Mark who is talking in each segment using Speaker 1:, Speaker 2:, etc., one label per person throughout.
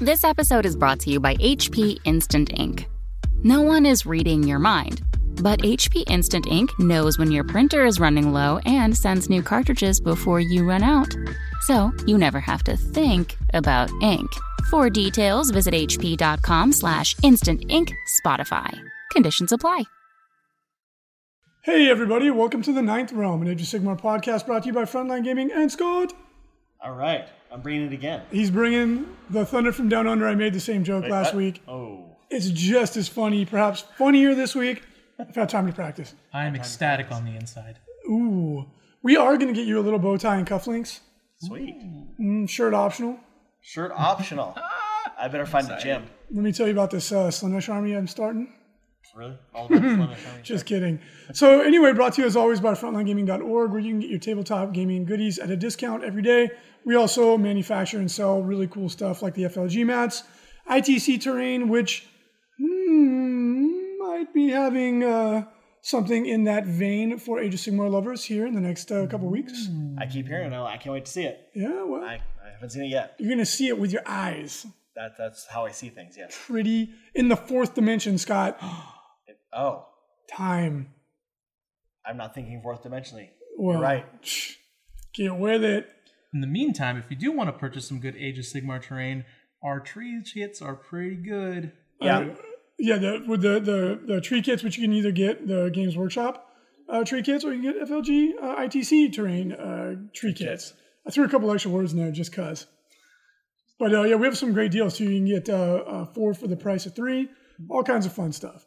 Speaker 1: This episode is brought to you by HP Instant Ink. No one is reading your mind, but HP Instant Ink knows when your printer is running low and sends new cartridges before you run out. So you never have to think about ink. For details, visit hp.com slash instant ink Spotify. Conditions apply.
Speaker 2: Hey everybody, welcome to the Ninth Realm, an Age of Sigmar podcast brought to you by Frontline Gaming and Scott.
Speaker 3: All right, I'm bringing it again.
Speaker 2: He's bringing the Thunder from Down Under. I made the same joke last
Speaker 3: what?
Speaker 2: week.
Speaker 3: Oh,
Speaker 2: It's just as funny, perhaps funnier this week. I've had time to practice.
Speaker 4: I am ecstatic on the inside.
Speaker 2: Ooh. We are going to get you a little bow tie and cufflinks.
Speaker 3: sweet.
Speaker 2: Mm, Shirt optional.
Speaker 3: Shirt optional. I better find a gym.
Speaker 2: Let me tell you about this uh, Slanesh army I'm starting.
Speaker 3: Really? All about Flemish army.
Speaker 2: Just kidding. So anyway, brought to you as always by frontlinegaming.org, where you can get your tabletop gaming goodies at a discount every day. We also manufacture and sell really cool stuff like the FLG mats, ITC terrain, which hmm, might be having uh, something in that vein for Age of Sigmar lovers here in the next uh, couple weeks.
Speaker 3: I keep hearing it. I can't wait to see it.
Speaker 2: Yeah, well,
Speaker 3: I, I haven't seen it yet.
Speaker 2: you're gonna see it with your eyes.
Speaker 3: That, that's how I see things, yes.
Speaker 2: Pretty in the fourth dimension, Scott.
Speaker 3: Oh,
Speaker 2: Time.
Speaker 3: I'm not thinking fourth dimensionally.
Speaker 2: Well,
Speaker 3: right.
Speaker 2: Get with it.
Speaker 4: In the meantime, if you do want to purchase some good Age of Sigmar terrain, our tree kits are pretty good.
Speaker 3: Yeah.
Speaker 2: Yeah, the with the, the the tree kits, which you can either get the Games Workshop uh, tree kits, or you can get FLG uh, ITC terrain uh, tree kits. I threw a couple extra words in there just cause. But uh, yeah, we have some great deals too. You can get uh, uh, four for the price of three, all kinds of fun stuff.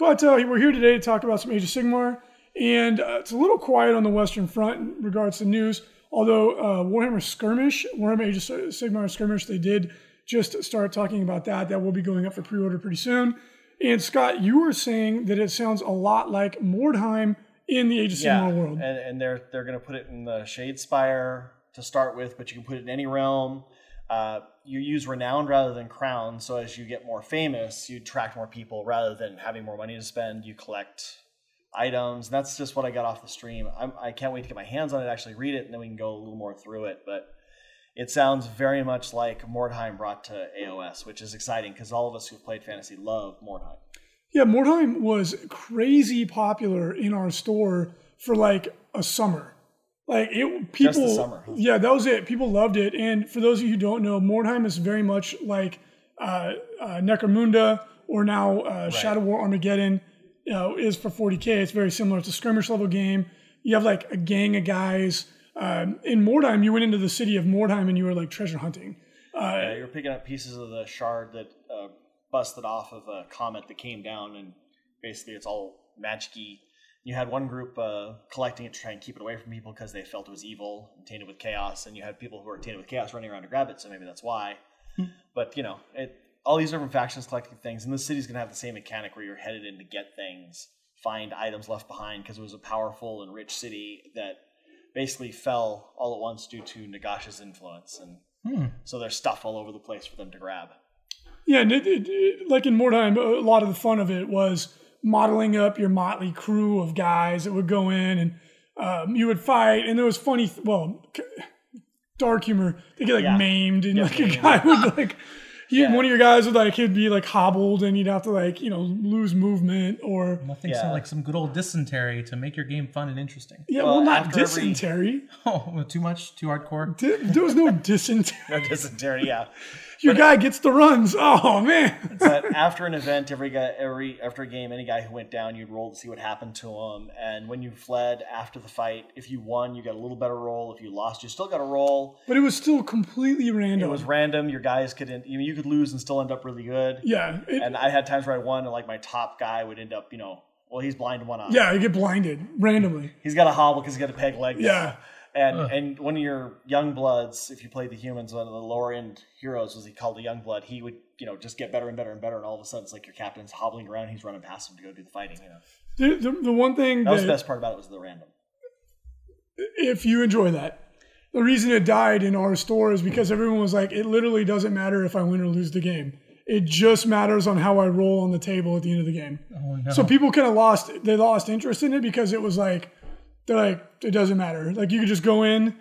Speaker 2: But uh, we're here today to talk about some Age of Sigmar, and uh, it's a little quiet on the Western Front in regards to news. Although uh, Warhammer Skirmish, Warhammer Age of Sigmar Skirmish, they did just start talking about that. That will be going up for pre-order pretty soon. And Scott, you were saying that it sounds a lot like Mordheim in the Age of
Speaker 3: Yeah,
Speaker 2: Sigmar world.
Speaker 3: and, and they're they're going to put it in the Shade Spire to start with, but you can put it in any realm. Uh, you use renowned rather than crown, so as you get more famous, you attract more people rather than having more money to spend. You collect items, and that's just what I got off the stream. I'm, I can't wait to get my hands on it, actually read it, and then we can go a little more through it. But it sounds very much like Mordheim brought to AOS, which is exciting because all of us who've played fantasy love Mordheim.
Speaker 2: Yeah, Mordheim was crazy popular in our store for like a summer. Like it, people.
Speaker 3: the summer, huh?
Speaker 2: Yeah, that was it. People loved it. And for those of you who don't know, Mordheim is very much like uh, uh, Necromunda or now uh, Shadow War Armageddon you know, is for 40k. It's very similar. It's a skirmish level game. You have like a gang of guys. Um, in Mordheim, you went into the city of Mordheim and you were like treasure hunting.
Speaker 3: Yeah, you're picking up pieces of the shard that uh, busted off of a comet that came down, and basically it's all magicy. You had one group uh, collecting it to try and keep it away from people because they felt it was evil, and tainted with chaos, and you had people who were tainted with chaos running around to grab it, so maybe that's why. but you know, it, all these different factions collecting things, and this city's gonna have the same mechanic where you're headed in to get things, find items left behind because it was a powerful and rich city that basically fell all at once due to Nagash's influence and. So there's stuff all over the place for them to grab.
Speaker 2: Yeah, and it, it, it- like in Mordheim, a lot of the fun of it was modeling up your motley crew of guys that would go in and um, you would fight, and there was funny, well, c- dark humor. They get like
Speaker 3: Yeah.
Speaker 2: maimed, and
Speaker 3: Yeah,
Speaker 2: like a
Speaker 3: maimed.
Speaker 2: guy would like, he,
Speaker 3: Yeah.
Speaker 2: one of your guys would like, he'd be like hobbled, and he'd have to like, you know, lose movement or.
Speaker 4: Nothing
Speaker 3: Yeah.
Speaker 4: sounds like some good old dysentery to make your game fun and interesting.
Speaker 2: Yeah, well,
Speaker 3: Well,
Speaker 2: not
Speaker 3: after every-
Speaker 2: dysentery.
Speaker 4: Oh, too much, too hardcore.
Speaker 2: Di- there was no dysentery.
Speaker 3: No dysentery, yeah.
Speaker 2: Your guy gets the runs. Oh man.
Speaker 3: But after an event, every guy, every after a game, any guy who went down, you'd roll to see what happened to him. And when you fled after the fight, if you won, you got a little better roll. If you lost, you still got a roll.
Speaker 2: But it was still completely random.
Speaker 3: It was random. Your guys could, end, you know, you could lose and still end up really good.
Speaker 2: yeah. It,
Speaker 3: And I had times where I won, and like my top guy would end up, you know, well, he's blind in one eye.
Speaker 2: yeah, you get blinded randomly.
Speaker 3: He's got a hobble because he's got a peg leg.
Speaker 2: Yeah.
Speaker 3: And and one of your young bloods, if you played the humans, one of the lower end heroes was he called the young blood. He would you know just get better and better and better, and all of a sudden it's like your captain's hobbling around, he's running past him to go do the fighting. You know
Speaker 2: The, the, the one thing
Speaker 3: that was
Speaker 2: that,
Speaker 3: the best part about it was the random.
Speaker 2: if you enjoy that, the reason it died in our store is because everyone was like, it literally doesn't matter if I win or lose the game. It just matters on how I roll on the table at the end of the game.
Speaker 4: Oh no.
Speaker 2: So people kind of lost, they lost interest in it because it was like, they're like, it doesn't matter. Like you could just go in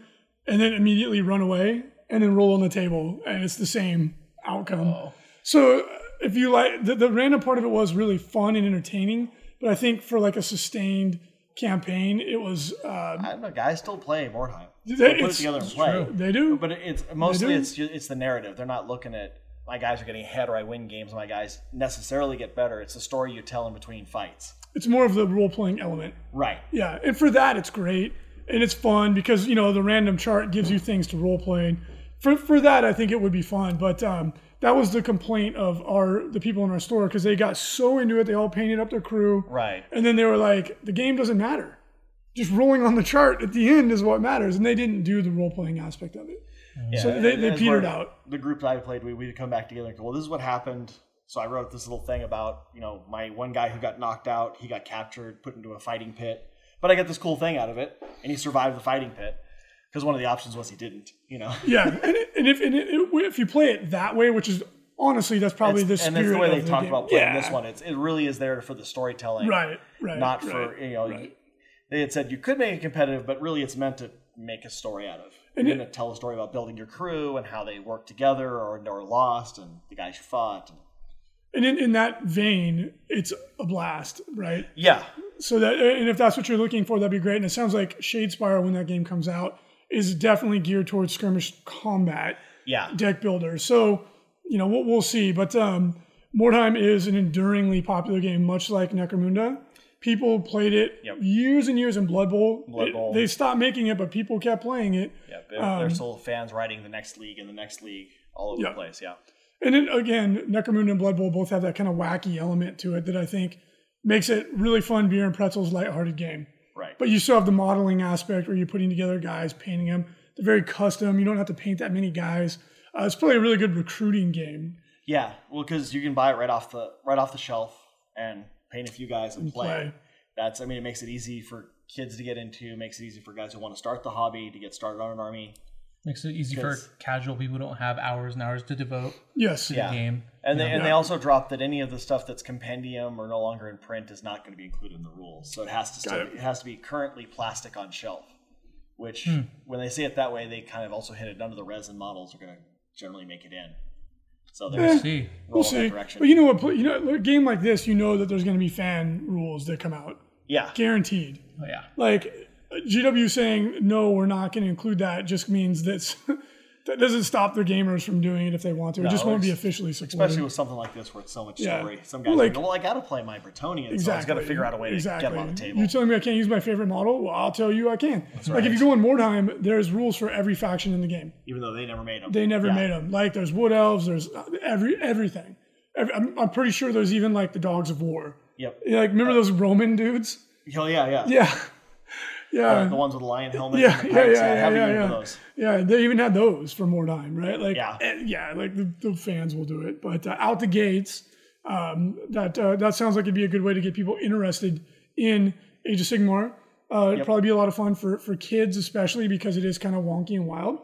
Speaker 2: and then immediately run away and then roll on the table and it's the same outcome. So uh, if you like, the, the random part of it was really fun and entertaining, but I think for like a sustained campaign, it was uh,
Speaker 3: I don't know, guys. Still play more time.
Speaker 2: they,
Speaker 3: Put it
Speaker 2: it's-
Speaker 3: together and play.
Speaker 2: they do.
Speaker 3: But it- it's mostly
Speaker 2: do.
Speaker 3: it's ju- it's the narrative. They're not looking at my guys are getting ahead or I win games. My guys necessarily get better. It's the story you tell in between fights.
Speaker 2: It's more of the role playing element.
Speaker 3: Right.
Speaker 2: Yeah, and for that it's great and it's fun because you know the random chart gives you things to role play. And for for that, I think it would be fun. But um, that was the complaint of our the people in our store because they got so into it, they all painted up their crew,
Speaker 3: Right.
Speaker 2: and then they were like, the game doesn't matter. Just rolling on the chart at the end is what matters, and they didn't do the role playing aspect of it.
Speaker 3: Yeah.
Speaker 2: So they,
Speaker 3: and
Speaker 2: they
Speaker 3: that's
Speaker 2: petered
Speaker 3: where
Speaker 2: out.
Speaker 3: The group that I played, we we'd come back together and go, well, this is what happened. So I wrote this little thing about you know my one guy who got knocked out. He got captured, put into a fighting pit. But I got this cool thing out of it, and he survived the fighting pit because one of the options was he didn't. You know.
Speaker 2: Yeah, and, it, and if and it, it- if you play it that way, which is honestly that's probably the
Speaker 3: It's-
Speaker 2: spirit
Speaker 3: and that's the way
Speaker 2: of
Speaker 3: they
Speaker 2: the
Speaker 3: talked
Speaker 2: game.
Speaker 3: about playing
Speaker 2: yeah.
Speaker 3: this one. It's, it really is there for the storytelling,
Speaker 2: Right, right,
Speaker 3: Not for
Speaker 2: right,
Speaker 3: you know.
Speaker 2: right.
Speaker 3: They had said you could make it competitive, but really it's meant to make a story out of. You're going to tell a story about building your crew and how they worked together or, or lost and the guys you fought. And,
Speaker 2: And in, in that vein, it's a blast, right?
Speaker 3: yeah,
Speaker 2: So that and if that's what you're looking for, that'd be great. And it sounds like Shadespire, when that game comes out, is definitely geared towards skirmish combat
Speaker 3: yeah.
Speaker 2: deck builder. So you know we'll, we'll see. But um, Mordheim is an enduringly popular game, much like Necromunda. People played it
Speaker 3: Yep.
Speaker 2: years and years in Blood Bowl.
Speaker 3: Blood
Speaker 2: It-
Speaker 3: Bowl.
Speaker 2: they stopped making it, but people kept playing it.
Speaker 3: yeah there, there's still fans writing the next league and the next league all over
Speaker 2: Yeah.
Speaker 3: the place. Yeah,
Speaker 2: And then again, Necromunda and Blood Bowl both have that kind of wacky element to it that I think makes it really fun beer and pretzels lighthearted game.
Speaker 3: right.
Speaker 2: But you still have the modeling aspect where you're putting together guys, painting them. They're very custom. You don't have to paint that many guys. Uh, it's probably a really good recruiting game.
Speaker 3: yeah, well, because you can buy it right off the right off the shelf and paint a few guys and,
Speaker 2: play.
Speaker 3: play. that's I mean it makes it easy for kids to get into, makes it easy for guys who want to start the hobby to get started on an army.
Speaker 4: Makes it easy for
Speaker 3: Yes.
Speaker 4: casual people who don't have hours and hours to devote
Speaker 2: Yes.
Speaker 4: to
Speaker 3: Yeah.
Speaker 4: the game.
Speaker 3: And they and they also dropped that any of the stuff that's compendium or no longer in print is not going to be included in the rules. So it has to still,
Speaker 2: it.
Speaker 3: it. has to be currently plastic on shelf. Which
Speaker 2: Hmm.
Speaker 3: when they say it that way, they kind of also hinted none of the resin models are going to generally make it in. So there's
Speaker 4: See,
Speaker 2: Eh, We'll
Speaker 3: roll in
Speaker 2: see.
Speaker 3: that direction.
Speaker 2: But you know what? pl- You know, a game like this, you know that there's going to be fan rules that come out,
Speaker 3: yeah,
Speaker 2: guaranteed.
Speaker 4: oh, yeah,
Speaker 2: Like GW saying no, we're not going to include that just means that's that doesn't stop their gamers from doing it if they want to. It just won't be
Speaker 3: it's-
Speaker 2: officially supported.
Speaker 3: especially with something like this where it's so much
Speaker 2: Yeah.
Speaker 3: story. Some guys
Speaker 2: Like-
Speaker 3: like, well, I got to play my Bretonian, so I was going to figure out a way to get them on the table.
Speaker 2: You're telling me I can't use my favorite model? Well, I'll tell you I can. like if you go in Mordheim, there's rules for every faction in the game.
Speaker 3: even though they never made them.
Speaker 2: They never
Speaker 3: Yeah.
Speaker 2: made them. Like there's wood elves, there's uh, every everything. Every, I'm, I'm pretty sure there's even like the dogs of war.
Speaker 3: Yep.
Speaker 2: Like remember those Roman dudes?
Speaker 3: Oh yeah, yeah.
Speaker 2: Yeah, yeah,
Speaker 3: the ones with the lion helmet.
Speaker 2: Yeah,
Speaker 3: and
Speaker 2: yeah,
Speaker 3: the pipes,
Speaker 2: yeah,
Speaker 3: I
Speaker 2: yeah,
Speaker 3: haven't
Speaker 2: yeah,
Speaker 3: even
Speaker 2: yeah.
Speaker 3: been those.
Speaker 2: yeah. They even had those for Mordheim, right? Like
Speaker 3: Yeah.
Speaker 2: eh, yeah. Like the, the fans will do it, but uh, out the gates, um, that uh, that sounds like it'd be a good way to get people interested in Age of Sigmar. Uh, It'd probably be a lot of fun for for kids, especially because it is kind of wonky and wild.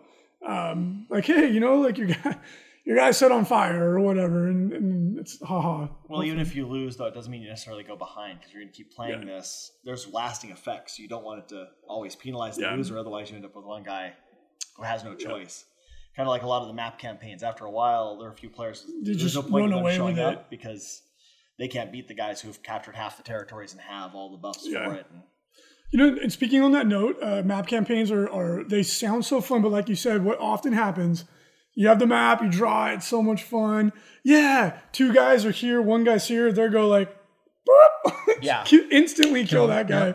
Speaker 2: Um, like hey, you know, like your guy, your guy set on fire or whatever, and, and it's haha.
Speaker 3: Well, even if you lose, though, it doesn't mean you necessarily go behind because you're going to keep playing this. There's lasting effects. You don't want it to always penalize the loser, otherwise you end up with one guy who has no choice. Kind of like a lot of the map campaigns. After a while, there are a few players. there's
Speaker 2: just
Speaker 3: no point
Speaker 2: run
Speaker 3: in them
Speaker 2: away
Speaker 3: showing
Speaker 2: with
Speaker 3: up because they can't beat the guys who have captured half the territories and have all the buffs for it. And
Speaker 2: You know, and speaking on that note, uh, map campaigns are, are they sound so fun, but like you said, what often happens, you have the map, you draw it, it's so much fun. Yeah, two guys are here, one guy's here, they go like, boop,
Speaker 3: Yeah.
Speaker 2: ki- instantly kill that guy,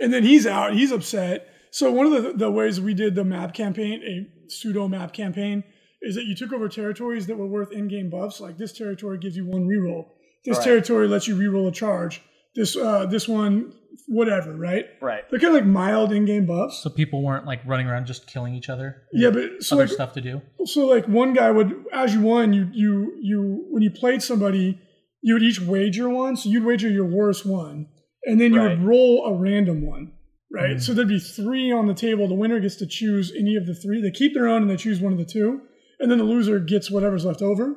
Speaker 2: and then he's out, he's upset. So one of the, the ways we did the map campaign, a pseudo map campaign, is that you took over territories that were worth in-game buffs. Like this territory gives you one reroll. This
Speaker 3: Right.
Speaker 2: territory lets you reroll a charge. This uh, this one, whatever, right?
Speaker 3: right.
Speaker 2: They're kind of like mild in-game buffs.
Speaker 4: so people weren't like running around just killing each other.
Speaker 2: Yeah, but so
Speaker 4: Other
Speaker 2: like,
Speaker 4: stuff to do.
Speaker 2: so like one guy would, as you won, you you you when you played somebody, you would each wager one. So you'd wager your worst one, and then you
Speaker 3: Right.
Speaker 2: would roll a random one, right? So there'd be three on the table. The winner gets to choose any of the three. They keep their own and they choose one of the two, and then the loser gets whatever's left over.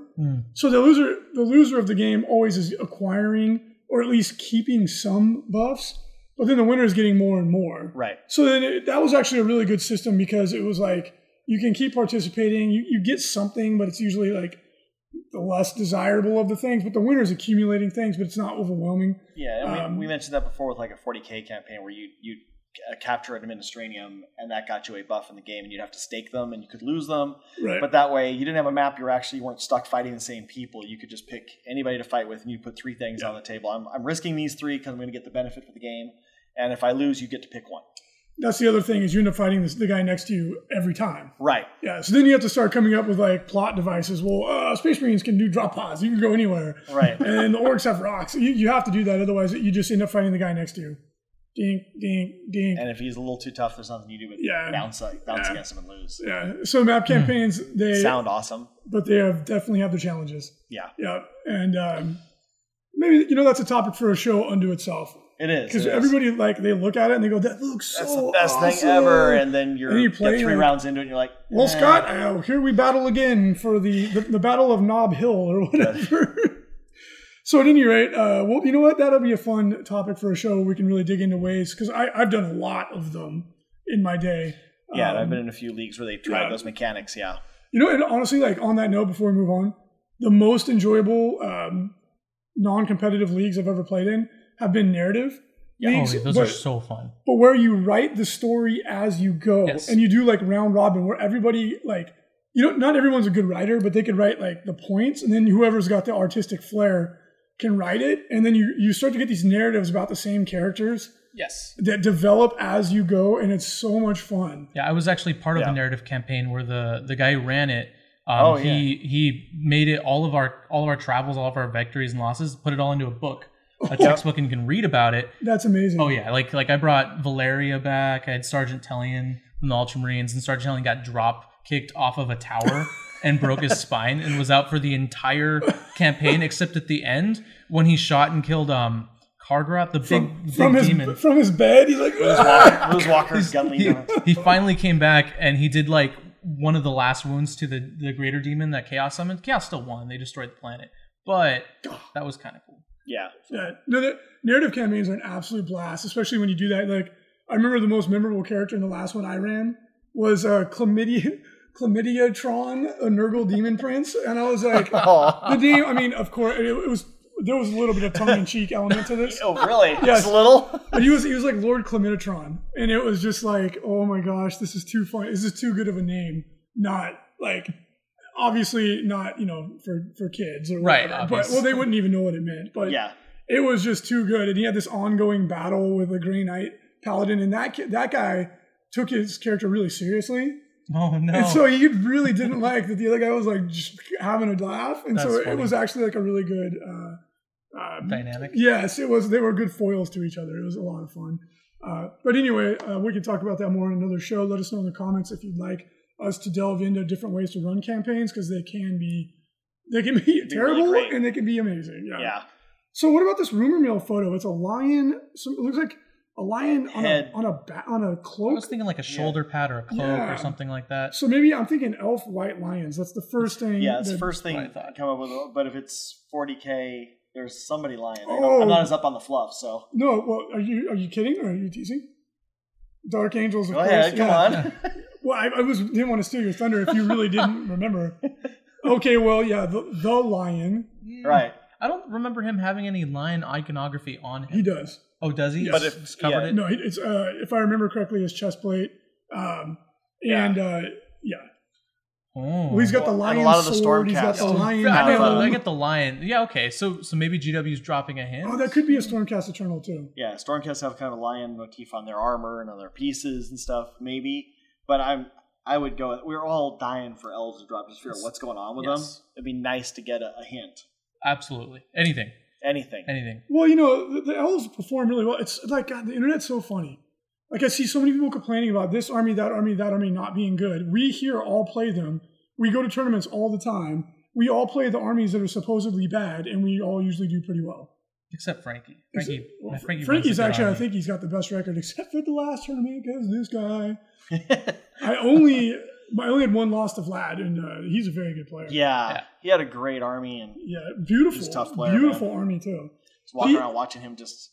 Speaker 2: So the loser the loser of the game always is acquiring or at least keeping some buffs, but then the winner is getting more and more,
Speaker 3: Right.
Speaker 2: so then it, that was actually a really good system because it was like you can keep participating, you, you get something, but it's usually like less desirable of the things, but the winner's accumulating things, but it's not overwhelming.
Speaker 3: Yeah, and
Speaker 2: Um,
Speaker 3: we, we mentioned that before with like a 40k campaign where you you uh, capture an administranium and that got you a buff in the game, and you'd have to stake them and you could lose them.
Speaker 2: Right.
Speaker 3: But that way, you didn't have a map. You were actually you weren't stuck fighting the same people. You could just pick anybody to fight with, and you put three things on the table. I'm I'm risking these three because I'm going to get the benefit for the game, and if I lose, you get to pick one.
Speaker 2: That's the other thing is you end up fighting this, the guy next to you every time.
Speaker 3: Right.
Speaker 2: Yeah, so then you have to start coming up with like plot devices. Well, uh, Space Marines can do drop pods. You can go anywhere.
Speaker 3: Right.
Speaker 2: And the orcs have rocks. You, you have to do that, otherwise you just end up fighting the guy next to you. Ding, ding, ding.
Speaker 3: and if he's a little too tough, there's nothing you do but
Speaker 2: Yeah.
Speaker 3: bounce bounce
Speaker 2: Yeah.
Speaker 3: against him and lose.
Speaker 2: yeah. So map campaigns, they
Speaker 3: Hmm. Sound awesome.
Speaker 2: but they have definitely have their challenges.
Speaker 3: Yeah,
Speaker 2: Yeah, and um, maybe you know that's a topic for a show unto itself
Speaker 3: it is.
Speaker 2: because
Speaker 3: it is.
Speaker 2: everybody like they look at it and they go, "That looks
Speaker 3: That's
Speaker 2: so
Speaker 3: the best
Speaker 2: awesome."
Speaker 3: thing ever. And then you're
Speaker 2: And you
Speaker 3: you
Speaker 2: play,
Speaker 3: get three
Speaker 2: like,
Speaker 3: rounds into it, and you're like,
Speaker 2: well,
Speaker 3: eh.
Speaker 2: Scott, oh, here we battle again for the, the, the Battle of Knob Hill or whatever. so, at any rate, uh, well, you know what? That'll be a fun topic for a show. where We can really dig into ways because I've done a lot of them in my day.
Speaker 3: Yeah, and I've
Speaker 2: Um,
Speaker 3: been in a few leagues where they tried
Speaker 2: yeah.
Speaker 3: those mechanics. Yeah,
Speaker 2: You know, and honestly, like on that note, before we move on, the most enjoyable um, non-competitive leagues I've ever played in have been narrative
Speaker 4: Oh,
Speaker 2: leagues,
Speaker 4: those
Speaker 2: but,
Speaker 4: are so fun.
Speaker 2: but where you write the story as you go,
Speaker 4: Yes.
Speaker 2: and you do like round robin, where everybody like you know, not everyone's a good writer, but they could write like the points, and then whoever's got the artistic flair can write it, and then you you start to get these narratives about the same characters
Speaker 4: Yes.
Speaker 2: that develop as you go, and it's so much fun.
Speaker 4: Yeah, I was actually part of
Speaker 3: Yeah.
Speaker 4: a narrative campaign where the the guy who ran it. Um,
Speaker 3: Oh,
Speaker 4: He he made it all of our all of our travels, all of our victories and losses, put it all into a book, a textbook, and you can read about it.
Speaker 2: That's amazing.
Speaker 4: Oh yeah, like like I brought Valeria back. I had Sergeant Tellian from the Ultramarines, and Sergeant Tellian got drop kicked off of a tower and broke his spine and was out for the entire campaign, except at the end when he shot and killed um Kargaroth, the big, big
Speaker 2: from his
Speaker 4: demon.
Speaker 2: from his bed, he's like,
Speaker 3: Liz Walker, Liz Walker Gunley.
Speaker 4: he, he finally came back and he did like one of the last wounds to the the greater demon that Chaos summoned. Chaos still won; they destroyed the planet, but that was kind of cool.
Speaker 3: Yeah,
Speaker 2: Yeah, no, the narrative campaigns are an absolute blast, especially when you do that. Like, I remember the most memorable character in the last one I ran was uh, Chlamydia, Chlamydiatron, a Nurgle demon prince, and I was like, the name. I mean, of course, it, it was there was a little bit of tongue in cheek element to this,
Speaker 3: Oh, really?
Speaker 2: Yes.
Speaker 3: Just a little.
Speaker 2: but he was he was like Lord Chlamydiatron, and it was just like, oh my gosh, this is too fun. This is too good of a name. Not like obviously not you know for for kids or
Speaker 4: Right,
Speaker 2: whatever, but
Speaker 4: obvious.
Speaker 2: well they wouldn't even know what it meant, but
Speaker 3: Yeah,
Speaker 2: it was just too good. And he had this ongoing battle with the Grey Knight Paladin, and that ki- that guy took his character really seriously,
Speaker 4: Oh no!
Speaker 2: and so he really didn't like that the other guy was like just having a laugh, and so
Speaker 4: That's
Speaker 2: it,
Speaker 4: funny.
Speaker 2: was actually like a really good. Uh, um,
Speaker 4: Dynamic.
Speaker 2: yes, it was. They were good foils to each other. It was a lot of fun. Uh, but anyway, uh, we can talk about that more in another show. Let us know in the comments if you'd like us to delve into different ways to run campaigns because they can be they can be terrible
Speaker 3: great.
Speaker 2: and they can be amazing.
Speaker 3: yeah.
Speaker 2: So what about this rumor mill photo? It's a lion. Some, it looks like a lion on a
Speaker 3: Head.
Speaker 2: on a ba- on a
Speaker 4: I
Speaker 2: cloak.
Speaker 4: was thinking like a shoulder pad or a cloak
Speaker 2: Yeah.
Speaker 4: or something like that.
Speaker 2: so maybe I'm thinking elf white lions. That's the first thing.
Speaker 3: Yeah, it's the
Speaker 2: that-
Speaker 3: first thing
Speaker 4: what I
Speaker 3: I
Speaker 4: thought.
Speaker 3: come up with. But if it's 40k, there's somebody lying. I
Speaker 2: Oh.
Speaker 3: don't- I'm not as up on the fluff, so
Speaker 2: No, well, are you are you kidding or are you teasing? Dark angels. Of
Speaker 3: go
Speaker 2: course,
Speaker 3: ahead. Come
Speaker 2: yeah.
Speaker 3: on.
Speaker 2: Well, I, I was didn't want to steal your thunder if you really didn't remember. Okay, well, yeah, the, the lion.
Speaker 3: right.
Speaker 4: I don't remember him having any lion iconography on him.
Speaker 2: He does.
Speaker 4: Oh, does he?
Speaker 2: Yes. But
Speaker 3: if-
Speaker 4: Just covered
Speaker 3: yeah.
Speaker 4: it.
Speaker 2: No, he- it's uh, if I remember correctly, his chest plate. Um,
Speaker 3: Yeah.
Speaker 2: and uh, yeah,
Speaker 4: Oh.
Speaker 2: well, he's got the
Speaker 3: Well, and
Speaker 2: lion
Speaker 3: a lot of the
Speaker 2: sword. He's got
Speaker 3: Stormcast-
Speaker 2: the
Speaker 4: Oh,
Speaker 2: lion.
Speaker 4: I, get the,
Speaker 2: helm.
Speaker 4: I get the lion. Yeah, okay. So so maybe GW's dropping a hint.
Speaker 2: Oh, that could be a Stormcast Eternal too.
Speaker 3: Yeah, Stormcast have kind of a lion motif on their armor and on their pieces and stuff, maybe. But I'm. I would go. We're all dying for elves to drop. Just figure out what's going on with
Speaker 4: Yes.
Speaker 3: them. It'd be nice to get a, a hint.
Speaker 4: Absolutely. Anything.
Speaker 3: Anything.
Speaker 4: Anything.
Speaker 2: Well, you know, the, the elves perform really well. It's like God, the internet's so funny. Like I see so many people complaining about this army, that army, that army not being good. We here all play them. We go to tournaments all the time. We all play the armies that are supposedly bad, and we all usually do pretty well.
Speaker 4: Except Frankie.
Speaker 2: Ex-
Speaker 4: Frankie.
Speaker 2: well,
Speaker 4: Frankie runs
Speaker 2: Frankie's
Speaker 4: a good
Speaker 2: actually, I
Speaker 4: army.
Speaker 2: think he's got the best record, except for the last tournament because this guy. I only, I only had one loss to Vlad, and uh, he's a very good player.
Speaker 3: Yeah,
Speaker 4: Yeah.
Speaker 3: he had a great army, and
Speaker 2: yeah, beautiful,
Speaker 3: He's a tough player,
Speaker 2: beautiful army too.
Speaker 3: just walking
Speaker 2: He-
Speaker 3: around watching him just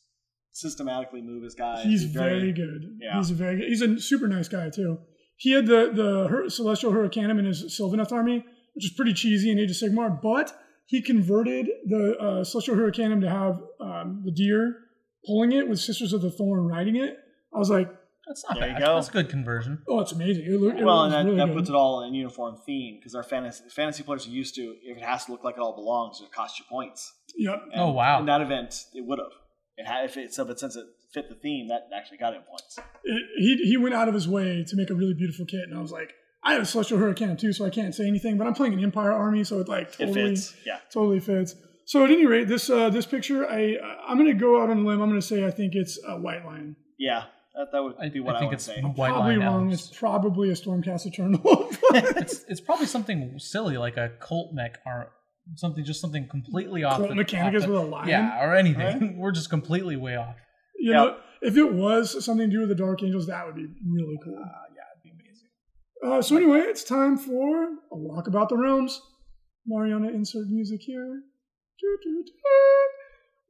Speaker 3: systematically move his guys.
Speaker 2: He's very good.
Speaker 3: Uh, yeah.
Speaker 2: He's a very good. He's a super nice guy too. He had the the Hur- Celestial Hurricanum in his Sylvaneth army, which is pretty cheesy in Age of Sigmar, but he converted the uh, Celestial Hurricanum to have um, the deer pulling it with Sisters of the Thorn riding it. I was like,
Speaker 4: That's not
Speaker 3: There you
Speaker 4: bad.
Speaker 3: go.
Speaker 4: That's a good conversion.
Speaker 2: oh, it's amazing. It, look- it
Speaker 3: well,
Speaker 2: was
Speaker 3: and that,
Speaker 2: really
Speaker 3: that
Speaker 2: good.
Speaker 3: puts it all in uniform theme because our fantasy, fantasy players are used to if it has to look like it all belongs, it costs you points.
Speaker 2: Yep.
Speaker 3: And
Speaker 4: Oh, wow.
Speaker 3: In that event, it would have. It had if it, so, but since it fit the theme, that actually got him points.
Speaker 2: It, he he went out of his way to make a really beautiful kit, and I was like, I have a Celestial Hurricanum too, so I can't say anything. But I'm playing an Empire army, so it like
Speaker 3: It
Speaker 2: totally
Speaker 3: fits. Yeah.
Speaker 2: totally fits. So at any rate, this uh, this picture, I I'm gonna go out on a limb. I'm gonna say I think it's a white lion.
Speaker 3: Yeah. That, that would
Speaker 4: I,
Speaker 3: be what
Speaker 4: I
Speaker 3: I,
Speaker 4: think
Speaker 3: would
Speaker 4: it's
Speaker 3: say.
Speaker 4: white
Speaker 2: probably
Speaker 4: line
Speaker 2: wrong.
Speaker 4: elves.
Speaker 2: It's probably a Stormcast Eternal.
Speaker 4: It's it's probably something silly like a cult mech or something just something completely off.
Speaker 2: Colt
Speaker 4: the-
Speaker 2: Mechanicus
Speaker 4: off
Speaker 2: with
Speaker 4: the,
Speaker 2: a lion.
Speaker 4: yeah, or anything. We're just completely way off.
Speaker 2: You
Speaker 3: Yeah.
Speaker 2: know, if it was something to do with the Dark Angels, that would be really cool. Ah, yeah, it'd be amazing. Uh, so anyway, it's time for a walk about the realms. Mariana, insert music here. Doo, doo,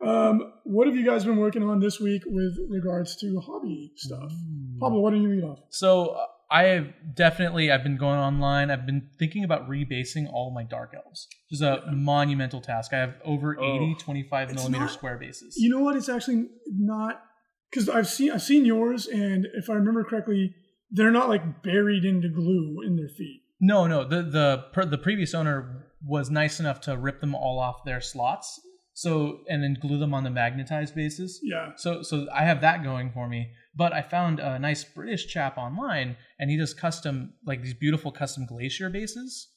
Speaker 2: doo. Um, what have you guys been working on this week with regards to hobby stuff? Pablo, why don't you lead off?
Speaker 4: Hmm. So uh, I have definitely I've been going online. I've been thinking about rebasing all my dark elves, which is a monumental task. I have over
Speaker 3: Oh.
Speaker 4: 80 25
Speaker 2: It's
Speaker 4: millimeter
Speaker 2: not-
Speaker 4: square bases.
Speaker 2: You know what? It's actually not because I've seen I've seen yours, and if I remember correctly, they're not like buried into glue in their feet.
Speaker 4: No, no. The the per, the previous owner was nice enough to rip them all off their slots. So and then glue them on the magnetized bases.
Speaker 2: Yeah,
Speaker 4: So so I have that going for me. But I found a nice British chap online, and he does custom like these beautiful custom glacier bases.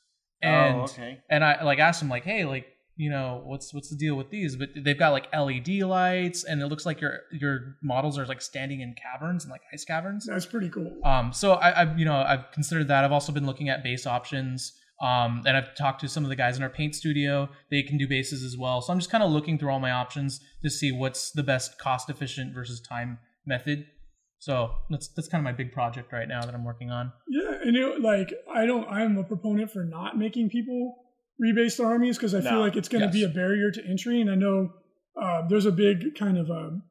Speaker 4: And
Speaker 3: oh, okay.
Speaker 4: and I like asked him like, hey, like you know what's what's the deal with these? But they've got like LED lights, and it looks like your your models are like standing in caverns and like ice caverns.
Speaker 2: that's pretty cool.
Speaker 4: Um, so I, I've you know I've considered that. I've also been looking at base options. Um, and I've talked to some of the guys in our paint studio. They can do bases as well. So I'm just kind of looking through all my options to see what's the best cost efficient versus time method. So that's that's kind of my big project right now that I'm working on.
Speaker 2: Yeah, and it, like I don't, I'm a proponent for not making people rebase their armies because I feel
Speaker 3: No,
Speaker 2: like it's going to be a
Speaker 4: yes.
Speaker 2: barrier to entry. And I know uh, there's a big kind of um,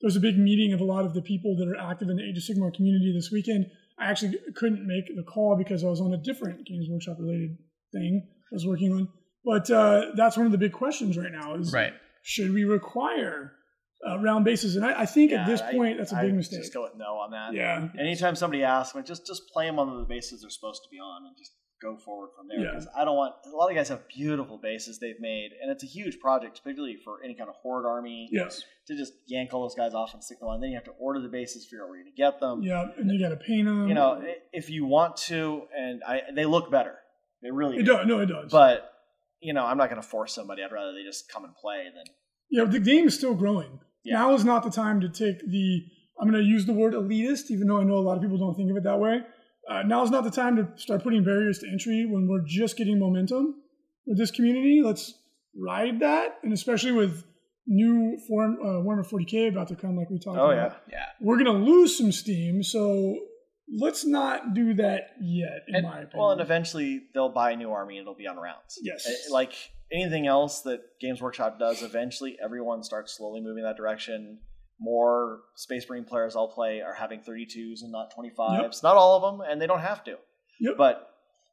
Speaker 2: there's a big meeting of a lot of the people that are active in the Age of Sigmar community this weekend. I actually couldn't make the call because I was on a different Games Workshop related thing I was working on. But uh, that's one of the big questions right now: is
Speaker 4: Right.
Speaker 2: should we require uh, round bases? And I, I think at
Speaker 3: Yeah,
Speaker 2: this
Speaker 3: I-
Speaker 2: point, that's a
Speaker 3: I
Speaker 2: big
Speaker 3: would
Speaker 2: mistake.
Speaker 3: Just go with no on that.
Speaker 2: Yeah,
Speaker 3: Anytime somebody asks, like, just just play them on the bases they're supposed to be on, and just go forward from there.
Speaker 2: Yeah.
Speaker 3: Because I don't want a lot of guys have beautiful bases they've made, and it's a huge project, particularly for any kind of horde army.
Speaker 2: yes,
Speaker 3: To just yank all those guys off and stick them on, then you have to order the bases, figure out where you're going to get them.
Speaker 2: yeah, and you got to paint them.
Speaker 3: You know, i- if you want to, and I, they look better. They really
Speaker 2: It
Speaker 3: do.
Speaker 2: does. No, it does.
Speaker 3: But you know, I'm not going to force somebody. I'd rather they just come and play than
Speaker 2: yeah, the game is still growing.
Speaker 3: Yeah.
Speaker 2: Now is not the time to take the. I'm going to use the word elitist, even though I know a lot of people don't think of it that way. Uh, now is not the time to start putting barriers to entry when we're just getting momentum with this community. Let's ride that, and especially with new form uh, Warhammer 40k about to come, like we talked
Speaker 3: Oh,
Speaker 2: about.
Speaker 3: yeah.
Speaker 4: Yeah.
Speaker 2: We're going to lose some steam, so let's not do that yet. In
Speaker 4: And-
Speaker 2: my opinion,
Speaker 3: Well, and eventually they'll buy a new army and it'll be on rounds.
Speaker 2: Yes.
Speaker 3: Uh, Like anything else that Games Workshop does, eventually everyone starts slowly moving that direction. More Space Marine players I'll play are having 32s and not 25s. Not all of them, and they don't have to.
Speaker 2: Yep.
Speaker 3: But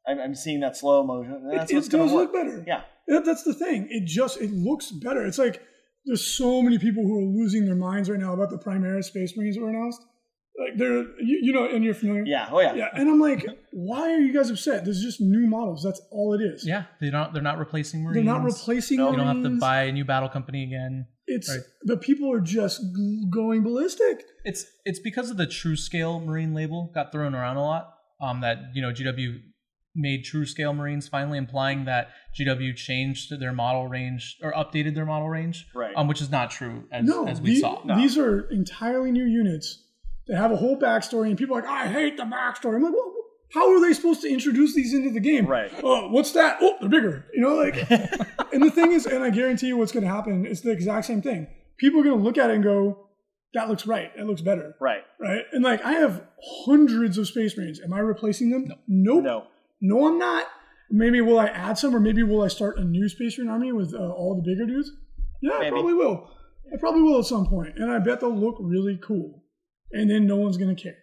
Speaker 3: I'm, I'm seeing that slow motion. And
Speaker 2: it,
Speaker 3: that's
Speaker 2: it
Speaker 3: what's
Speaker 2: does
Speaker 3: going to
Speaker 2: look
Speaker 3: work.
Speaker 2: better.
Speaker 3: Yeah.
Speaker 2: That, that's the thing. It just it looks better. It's like there's so many people who are losing their minds right now about the Primaris Space Marines that were announced. Like they're you, you know, and you're familiar.
Speaker 3: Yeah. Oh, yeah.
Speaker 2: Yeah. And I'm like, why are you guys upset? There's just new models. That's all it is.
Speaker 4: Yeah. They're not they're not replacing
Speaker 2: They're
Speaker 4: Marines.
Speaker 2: not replacing.
Speaker 3: No.
Speaker 4: You don't have to
Speaker 2: Marines.
Speaker 4: buy a new battle company again.
Speaker 2: It's
Speaker 4: Right.
Speaker 2: the people are just g- going ballistic.
Speaker 4: It's it's because of the True Scale Marine label got thrown around a lot. Um, that you know GW made True Scale Marines, finally implying that GW changed their model range or updated their model range.
Speaker 3: Right.
Speaker 4: Um, which is not true as
Speaker 2: no,
Speaker 4: as we
Speaker 2: the-
Speaker 4: saw.
Speaker 3: no.
Speaker 2: these are entirely new units. They have a whole backstory, and people are like, I hate the backstory. I'm like, well, how are they supposed to introduce these into the game?
Speaker 3: Right.
Speaker 2: Oh, what's that? Oh, they're bigger. You know, like, and the thing is, and I guarantee you what's going to happen is the exact same thing. People are going to look at it and go, that looks right. That looks better.
Speaker 3: Right.
Speaker 2: Right. And like, I have hundreds of Space Marines. Am I replacing them? Nope.
Speaker 3: No.
Speaker 2: No, I'm not. Maybe will I add some, or maybe will I start a new Space Marine army with uh, all the bigger dudes? Yeah, I
Speaker 3: Maybe.
Speaker 2: probably will. I probably will at some point, and I bet they'll look really cool. And then no one's gonna care.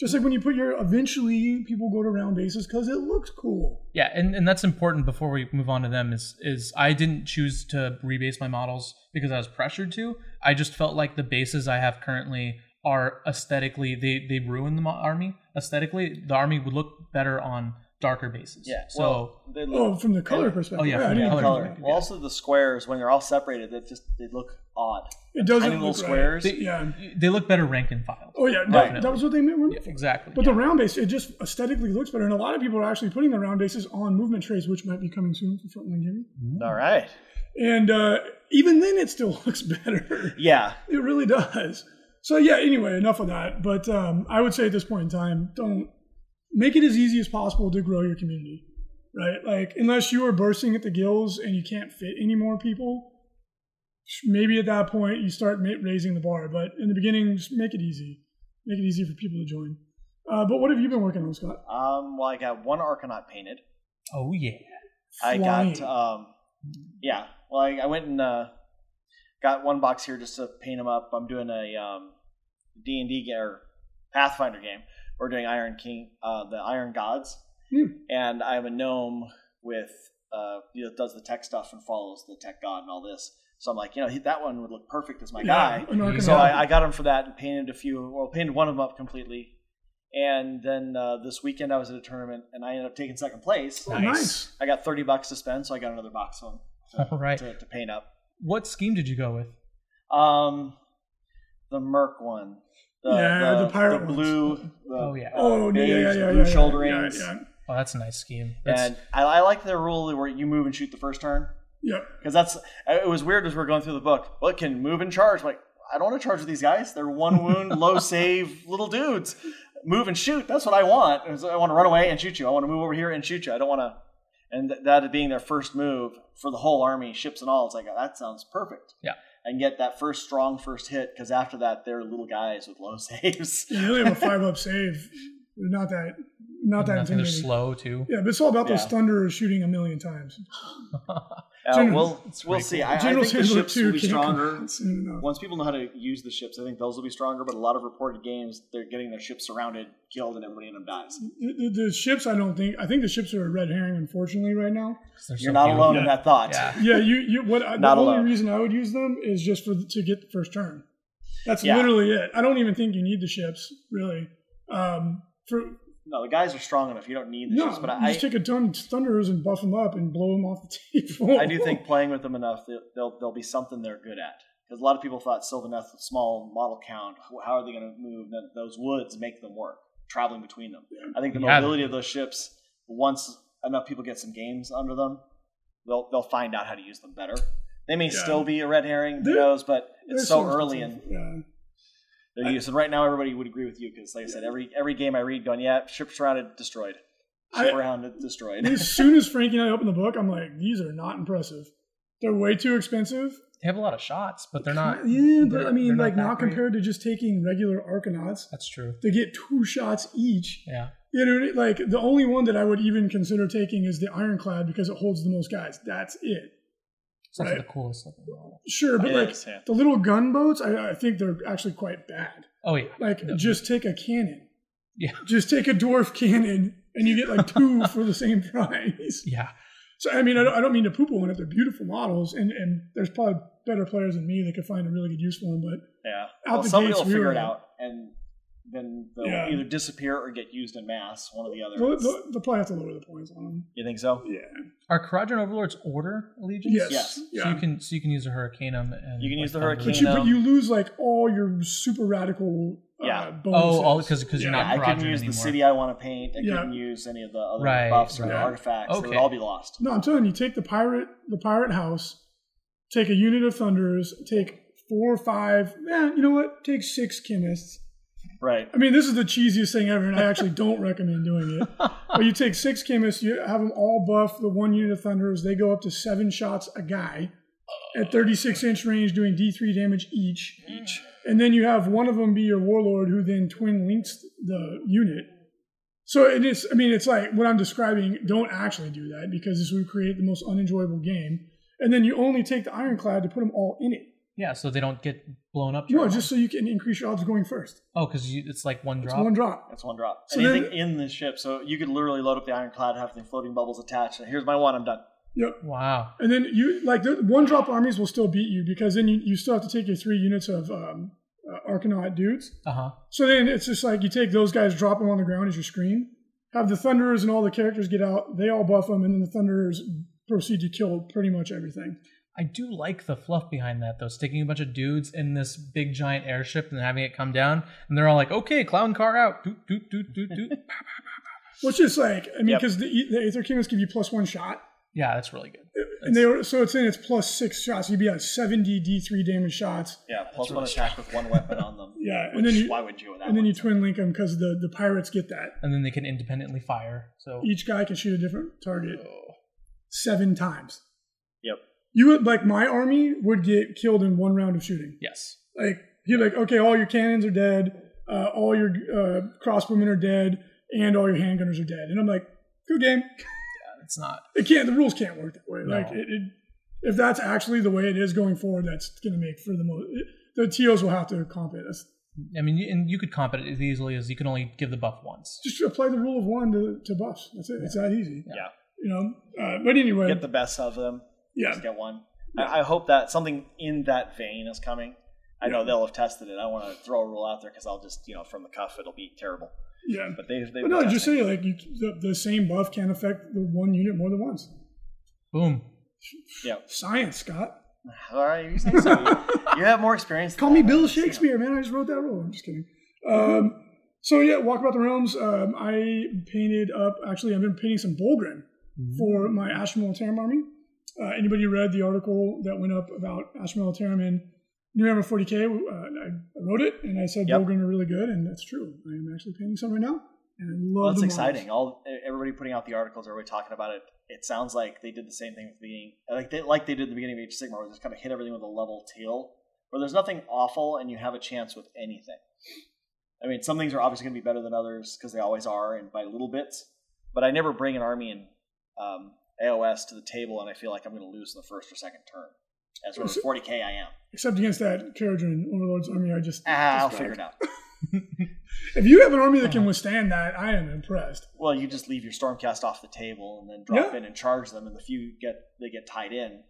Speaker 2: Just like when you put your, eventually people go to round bases because it looks cool.
Speaker 4: Yeah, and, and that's important before we move on to them is is I didn't choose to rebase my models because I was pressured to. I just felt like the bases I have currently are aesthetically they they ruin the mo- army aesthetically. The army would look better on darker bases.
Speaker 3: Yeah.
Speaker 4: So
Speaker 3: well, they look-
Speaker 2: Oh, from the color
Speaker 3: and-
Speaker 2: perspective.
Speaker 4: oh, yeah,
Speaker 2: I
Speaker 4: from the
Speaker 2: didn't
Speaker 4: color
Speaker 2: think of
Speaker 4: perspective.
Speaker 2: that.
Speaker 3: Well, also the squares when they're all separated, they just they look odd.
Speaker 2: It doesn't
Speaker 3: Tiny
Speaker 2: look
Speaker 3: little
Speaker 2: right.
Speaker 3: squares.
Speaker 4: They-
Speaker 2: Yeah.
Speaker 4: they look better rank and file.
Speaker 2: Oh yeah, that,
Speaker 3: Definitely.
Speaker 2: that was what they meant. weren't
Speaker 4: Yeah,
Speaker 2: they?
Speaker 4: exactly.
Speaker 2: But the round base, it just aesthetically looks better, and a lot of people are actually putting the round bases on movement trays, which might be coming soon for Frontline Gaming.
Speaker 3: All right.
Speaker 2: And uh, even then, it still looks better.
Speaker 3: Yeah.
Speaker 2: It really does. So yeah. Anyway, enough of that. But um, I would say at this point in time, don't make it as easy as possible to grow your community, right? Like unless you are bursting at the gills and you can't fit any more people, maybe at that point you start ma- raising the bar. But in the beginning, just make it easy. Make it easy for people to join. Uh, but what have you been working on, Scott?
Speaker 3: Um. Well, I got one Arconaut painted.
Speaker 4: oh yeah.
Speaker 3: I
Speaker 2: Flying.
Speaker 3: got. Um. Yeah. Well, I, I went and uh, got one box here just to paint them up. I'm doing a um, D and D or Pathfinder game. We're doing Iron King, uh, the Iron Gods,
Speaker 2: Hmm.
Speaker 3: and I'm a gnome with uh, you know, does the tech stuff and follows the tech god and all this. So I'm like, you know, he, that one would look perfect as my guy.
Speaker 2: an Arcanine.
Speaker 3: So I, I got them for that and painted a few. Well, painted one of them up completely, and then uh, this weekend I was at a tournament and I ended up taking second place.
Speaker 2: Oh, nice.
Speaker 3: I got thirty bucks to spend, so I got another box of 'em
Speaker 4: All right.
Speaker 3: to, to paint up.
Speaker 4: What scheme did you go with?
Speaker 3: Um, the Merc one.
Speaker 2: Yeah, the pirate
Speaker 3: the
Speaker 2: ones.
Speaker 3: blue. The,
Speaker 4: Oh, yeah.
Speaker 2: Oh yeah,
Speaker 3: beige,
Speaker 2: yeah, yeah,
Speaker 3: the
Speaker 2: yeah,
Speaker 3: blue
Speaker 2: yeah,
Speaker 3: shoulder
Speaker 2: yeah,
Speaker 3: rings.
Speaker 2: yeah,
Speaker 4: Oh, that's a nice scheme. That's,
Speaker 3: And I, I like the rule where you move and shoot the first turn
Speaker 2: yeah.
Speaker 3: because that's it was weird as we we're going through the book. What can move and charge? like I don't want to charge with these guys. They're one wound, low save little dudes. Move and shoot. That's what I want. And so I want to run away and shoot you. I want to move over here and shoot you. I don't want to. And th- that being their first move for the whole army, ships and all, it's like oh, that sounds perfect.
Speaker 4: Yeah.
Speaker 3: And get that first strong first hit because after that they're little guys with low saves.
Speaker 2: You really have a five up save. They're not that, not that
Speaker 4: I think they're
Speaker 2: intimidating.
Speaker 4: slow too.
Speaker 2: Yeah, but it's all about those
Speaker 3: Yeah.
Speaker 2: thunderers shooting a million times.
Speaker 3: Uh,
Speaker 2: General-
Speaker 3: we'll
Speaker 4: it's
Speaker 3: we'll
Speaker 4: pretty
Speaker 3: see.
Speaker 4: cool.
Speaker 3: I, I
Speaker 2: General
Speaker 3: think the
Speaker 2: Sandler
Speaker 3: ships will be
Speaker 2: can't come
Speaker 3: stronger
Speaker 2: out soon enough.
Speaker 3: once people know how to use the ships, I think those will be stronger. But a lot of reported games, they're getting their ships surrounded, killed, and everybody in them dies.
Speaker 2: The, the, the ships, I don't think. I think the ships are a red herring, unfortunately, right now.
Speaker 4: 'Cause they're so
Speaker 3: You're not
Speaker 4: cute.
Speaker 3: alone in that thought.
Speaker 4: Yeah.
Speaker 2: Yeah, you. you what? I, the
Speaker 3: Not
Speaker 2: only
Speaker 3: allowed.
Speaker 2: reason I would use them is just for the, to get the first turn. That's
Speaker 3: Yeah.
Speaker 2: literally it. I don't even think you need the ships really. Um, for
Speaker 3: No, the guys are strong enough. You don't need the
Speaker 2: no,
Speaker 3: ships, but
Speaker 2: you just
Speaker 3: I,
Speaker 2: take a ton of thunderers and buff them up and blow them off the table.
Speaker 3: I do think playing with them enough, they'll they'll, they'll be something they're good at. Because a lot of people thought Sylvaneth, small model count, wh- how are they going to move? Th- Those woods make them work, traveling between them. I think the
Speaker 4: Yeah.
Speaker 3: mobility of those ships, once enough people get some games under them, they'll they'll find out how to use them better. They may
Speaker 2: Yeah.
Speaker 3: still be a red herring, who
Speaker 2: They're-
Speaker 3: knows? But
Speaker 2: They're
Speaker 3: it's so
Speaker 2: expensive.
Speaker 3: early and
Speaker 2: yeah.
Speaker 3: their use. And right now, everybody would agree with you because, like I said, every every game I read, going, yeah, ship surrounded, destroyed, ship
Speaker 2: I-
Speaker 3: surrounded, destroyed.
Speaker 2: as soon as Frankie and I open the book, I'm like, these are not impressive. They're way too expensive.
Speaker 4: They have a lot of shots, but they're not.
Speaker 2: Yeah, but
Speaker 4: they're-
Speaker 2: I mean,
Speaker 4: they're
Speaker 2: like,
Speaker 4: that
Speaker 2: not
Speaker 4: great.
Speaker 2: compared to just taking regular Arcanauts.
Speaker 4: That's true.
Speaker 2: They get two shots each.
Speaker 4: Yeah.
Speaker 2: You know, what I mean? like the only one that I would even consider taking is the Ironclad because it holds the most guys. That's it.
Speaker 4: It's also
Speaker 2: Right.
Speaker 4: the coolest looking model.
Speaker 2: Sure, but
Speaker 3: It
Speaker 2: like
Speaker 3: is, yeah.
Speaker 2: the little gunboats, I, I think they're actually quite bad.
Speaker 4: Oh yeah.
Speaker 2: Like,
Speaker 4: No.
Speaker 2: just take a cannon.
Speaker 4: Yeah.
Speaker 2: Just take a dwarf cannon, and you get like two for the same price.
Speaker 4: Yeah.
Speaker 2: So I mean, I don't, I don't mean to poop on it. They're beautiful models, and and there's probably better players than me that could find a really good use for them. But
Speaker 3: Yeah.
Speaker 2: Out
Speaker 3: well,
Speaker 2: the
Speaker 3: somebody
Speaker 2: gates,
Speaker 3: will
Speaker 2: we
Speaker 3: figure
Speaker 2: were-
Speaker 3: it out, and then they'll
Speaker 2: Yeah.
Speaker 3: either disappear or get used in mass. One or the other.
Speaker 2: they'll,
Speaker 3: It's-
Speaker 2: they'll, they'll probably have to lower the points on them.
Speaker 3: you think so?
Speaker 2: Yeah.
Speaker 4: Are Corrosion Overlords order allegiance?
Speaker 2: Yes.
Speaker 3: Yes.
Speaker 2: Yeah.
Speaker 4: So you can um, so you can use the Hurricanum and
Speaker 3: You can use the
Speaker 4: Thunder.
Speaker 3: Hurricane-
Speaker 2: but you but
Speaker 3: know.
Speaker 2: you lose like all your super radical. Uh,
Speaker 3: Yeah.
Speaker 4: Oh, all
Speaker 2: bonuses.
Speaker 4: because because you're
Speaker 2: Yeah,
Speaker 4: not
Speaker 3: I couldn't
Speaker 4: Corrosion
Speaker 3: use the
Speaker 4: anymore.
Speaker 3: city I want to paint. I
Speaker 2: Yeah.
Speaker 3: couldn't use any of the other
Speaker 4: Right,
Speaker 3: buffs or the
Speaker 2: right.
Speaker 3: artifacts. They would
Speaker 4: Okay.
Speaker 3: all be lost.
Speaker 2: No, I'm telling you, take the pirate, the pirate house, take a unit of thunderers, take four or five. Eh, you know what? Take six chemists.
Speaker 3: Right.
Speaker 2: I mean, this is the cheesiest thing ever, and I actually don't recommend doing it. But you take six chemists, you have them all buff the one unit of thunderers. They go up to seven shots a guy at 36 inch range, doing D3 damage each.
Speaker 3: Each.
Speaker 2: And then you have one of them be your warlord, who then twin links the unit. So it is. I mean, it's like what I'm describing. Don't actually do that because this would create the most unenjoyable game. And then you only take the ironclad to put them all in it.
Speaker 4: Yeah, so they don't get blown up.
Speaker 2: No,
Speaker 4: terrible.
Speaker 2: just so you can increase your odds of going first.
Speaker 4: oh, because it's like one
Speaker 2: It's
Speaker 4: drop.
Speaker 2: one drop.
Speaker 3: That's one drop.
Speaker 2: So
Speaker 3: Anything
Speaker 2: then-
Speaker 3: in the ship, so you could literally load up the ironclad, have the floating bubbles attached, and here's my one. I'm done.
Speaker 2: Yep.
Speaker 4: Wow.
Speaker 2: And then you like the one drop armies will still beat you because then you, you still have to take your three units of um, uh, Arcanaut dudes.
Speaker 4: Uh huh.
Speaker 2: So then it's just like you take those guys, drop them on the ground as your screen, have the Thunderers and all the characters get out, they all buff them, and then the Thunderers proceed to kill pretty much everything.
Speaker 4: I do like the fluff behind that though. Sticking a bunch of dudes in this big giant airship and having it come down, and they're all like, "Okay, clown car out." Doot doot doot doot doot.
Speaker 2: Which is like, I mean,
Speaker 3: Yep.
Speaker 2: because the, the Aether Kingdoms give you plus one shot.
Speaker 4: yeah, that's really good.
Speaker 2: And they were, so it's in it's plus six shots. You'd be at 70 D3 damage shots.
Speaker 3: Yeah, plus one attack with one weapon on them.
Speaker 2: Yeah, and
Speaker 3: Which,
Speaker 2: then you-
Speaker 3: why would you with that?
Speaker 2: And then
Speaker 3: one?
Speaker 2: you twin link them because the, the pirates get that.
Speaker 4: And then they can independently fire. So Oh,
Speaker 2: Each guy can shoot a different target seven times.
Speaker 3: Yep.
Speaker 2: You would, like, my army would get killed in one round of shooting.
Speaker 4: yes,
Speaker 2: Like, you're like, okay, all your cannons are dead, uh, all your uh, crossbowmen are dead, and all your handgunners are dead. And I'm like, good game.
Speaker 4: it's not.
Speaker 2: It can't, the rules can't work that way.
Speaker 4: No.
Speaker 2: Like, it, it, if that's actually the way it is going forward, that's going to make for the most, the TOs will have to comp it. That's
Speaker 4: I mean, you- and you could comp it as easily as you can only give the buff once.
Speaker 2: just apply the rule of one to, to buffs. That's it. It's that easy.
Speaker 3: Yeah.
Speaker 2: You know, uh, but anyway,
Speaker 3: get the best of them.
Speaker 2: yeah,
Speaker 3: Just get one. I, I hope that something in that vein is coming. I know they'll have tested it. I want to throw a rule out there because I'll just, you know, from the cuff, it'll be terrible.
Speaker 2: yeah.
Speaker 3: But they, they
Speaker 2: But Oh, no, just say like you, the, the same buff can affect the one unit more than once.
Speaker 4: Boom.
Speaker 3: Yeah.
Speaker 2: Science, Scott.
Speaker 3: All right, you say so. You, you have more experience. than
Speaker 2: Call me
Speaker 3: that.
Speaker 2: Bill
Speaker 3: Uh, Let's see.
Speaker 2: Shakespeare, man. I just wrote that rule. I'm just kidding. Um, so yeah, walk about the realms. Um, I painted up. Actually, I've been painting some Bolgrim
Speaker 3: Mm-hmm.
Speaker 2: for my Ashmolitarum army. Uh, anybody who read the article that went up about Ashmolitarum in New Hammer 40k? Uh, I I wrote it and I said
Speaker 3: Yep.
Speaker 2: Bolgrim are really good, and that's true. I am actually painting some right now, and I
Speaker 3: Well,
Speaker 2: love.
Speaker 3: that's
Speaker 2: the models.
Speaker 3: exciting. All e, everybody putting out the articles, everybody talking about it. It sounds like they did the same thing at the beginning, like they like they did at the beginning of Age of Sigmar, where they just kind of hit everything with a level tail, where there's nothing awful and you have a chance with anything. I mean, some things are obviously going to be better than others because they always are, and by little bits. But I never bring an army in um, AOS to the table, and I feel like I'm going to lose in the first or second turn. As with 40k, I am.
Speaker 2: Except against that Caradhran Overlord's army, I just
Speaker 3: Ah, I'll
Speaker 2: described.
Speaker 3: figure it out. Uh-huh.
Speaker 2: If you have an army that can withstand that, I am impressed.
Speaker 3: Well, you just leave your stormcast off the table and then drop
Speaker 2: Yeah.
Speaker 3: in and charge them, and the few get they get tied in,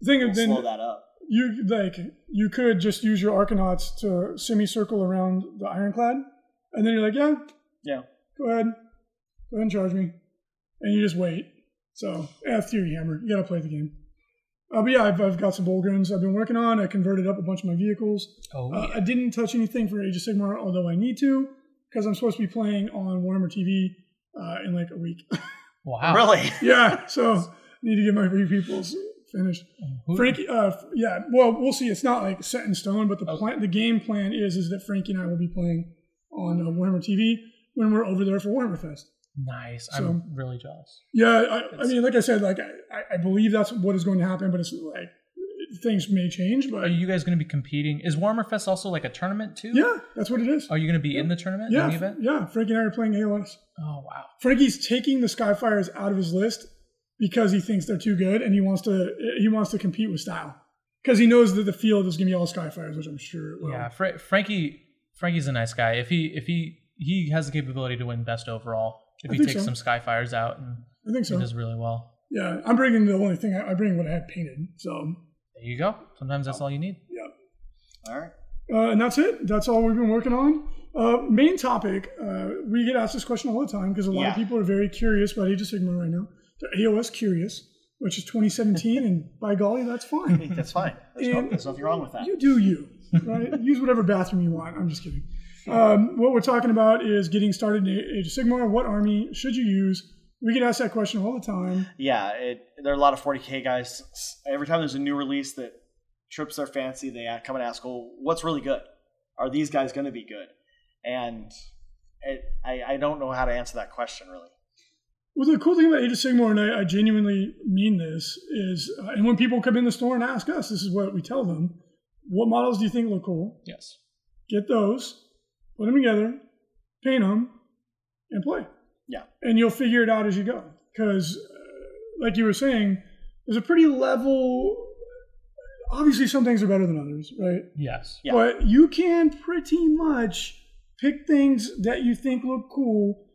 Speaker 2: The thing
Speaker 3: we'll
Speaker 2: is, then
Speaker 3: slow that up.
Speaker 2: you like you could just use your Arcanauts to semicircle around the Ironclad, and then you're like, yeah,
Speaker 3: Yeah.
Speaker 2: go ahead, go ahead and charge me, and you just wait. So yeah, theory hammer, you gotta play the game. Uh, but yeah, I've, I've got some Bolgrins I've been working on. I converted up a bunch of my vehicles.
Speaker 4: Oh,
Speaker 2: Uh,
Speaker 4: yeah.
Speaker 2: I didn't touch anything for Age of Sigmar, although I need to, because I'm supposed to be playing on Warhammer TV uh, in like a week.
Speaker 4: wow.
Speaker 3: Really?
Speaker 2: yeah, so I need to get my three peoples finished.
Speaker 4: Who-
Speaker 2: Frankie, uh, f- yeah, well, we'll see. It's not like set in stone, but the
Speaker 4: Okay.
Speaker 2: plan, the game plan is is that Frankie and I will be playing on uh, Warhammer TV when we're over there for Warhammer Fest.
Speaker 4: Nice.
Speaker 2: So-
Speaker 4: I'm really jealous.
Speaker 2: Yeah, I, I mean, like I said, like I- I, I believe that's what is going to happen, but it's like things may change.
Speaker 4: Are
Speaker 2: But
Speaker 4: you guys going to be competing? Is Warmer Fest also like a tournament too?
Speaker 2: yeah, that's what it is.
Speaker 4: Are you going to be in the tournament?
Speaker 2: yeah,
Speaker 4: In the
Speaker 2: f-
Speaker 4: event?
Speaker 2: yeah. Frankie and I are playing AOS.
Speaker 4: Oh wow.
Speaker 2: Frankie's taking the Skyfires out of his list because he thinks they're too good, and he wants to he wants to compete with style because he knows that the field is going to be all Skyfires, which I'm sure it will.
Speaker 4: Yeah, Fra- Frankie. Frankie's a nice guy. If he if he he has the capability to win best overall. If
Speaker 2: I
Speaker 4: he
Speaker 2: think
Speaker 4: takes
Speaker 2: so.
Speaker 4: some Skyfires out and
Speaker 2: I think so.
Speaker 4: he does really well.
Speaker 2: Yeah, I'm bringing the only thing I, I bring what I have painted. So
Speaker 4: There you go. Sometimes that's all you need.
Speaker 3: All right.
Speaker 2: uh, and that's it. That's all we've been working on. Uh, main topic. Uh, we get asked this question all the time because a lot of
Speaker 3: Yeah.
Speaker 2: people are very curious about Age of Sigmar right now. They're AOS curious, which is 2017, and by golly, that's fine.
Speaker 3: That's fine. There's, no,
Speaker 2: And-
Speaker 3: there's nothing wrong with that.
Speaker 2: You do you, right? Use whatever bathroom you want. I'm just kidding. Um, what we're talking about is getting started in A- Age of Sigmar. What army should you use? We get asked that question all the time.
Speaker 3: Yeah, it, there are a lot of 40k guys. Every time there's a new release that trips their fancy, they come and ask, "Well, what's really good? Are these guys going to be good?" And it, I, I don't know how to answer that question really.
Speaker 2: Well, the cool thing about Age of Sigmar, and I, I genuinely mean this, is uh, and when people come in the store and ask us, this is what we tell them: what models do you think look cool?
Speaker 4: Yes.
Speaker 2: Get those, put them together, paint them, and play.
Speaker 3: Yeah.
Speaker 2: and you'll figure it out as you go. Because, uh, like you were saying, there's a pretty level obviously some things are better than others, right?
Speaker 4: Yes.
Speaker 3: Yeah.
Speaker 2: But you can pretty much pick things that you think look cool,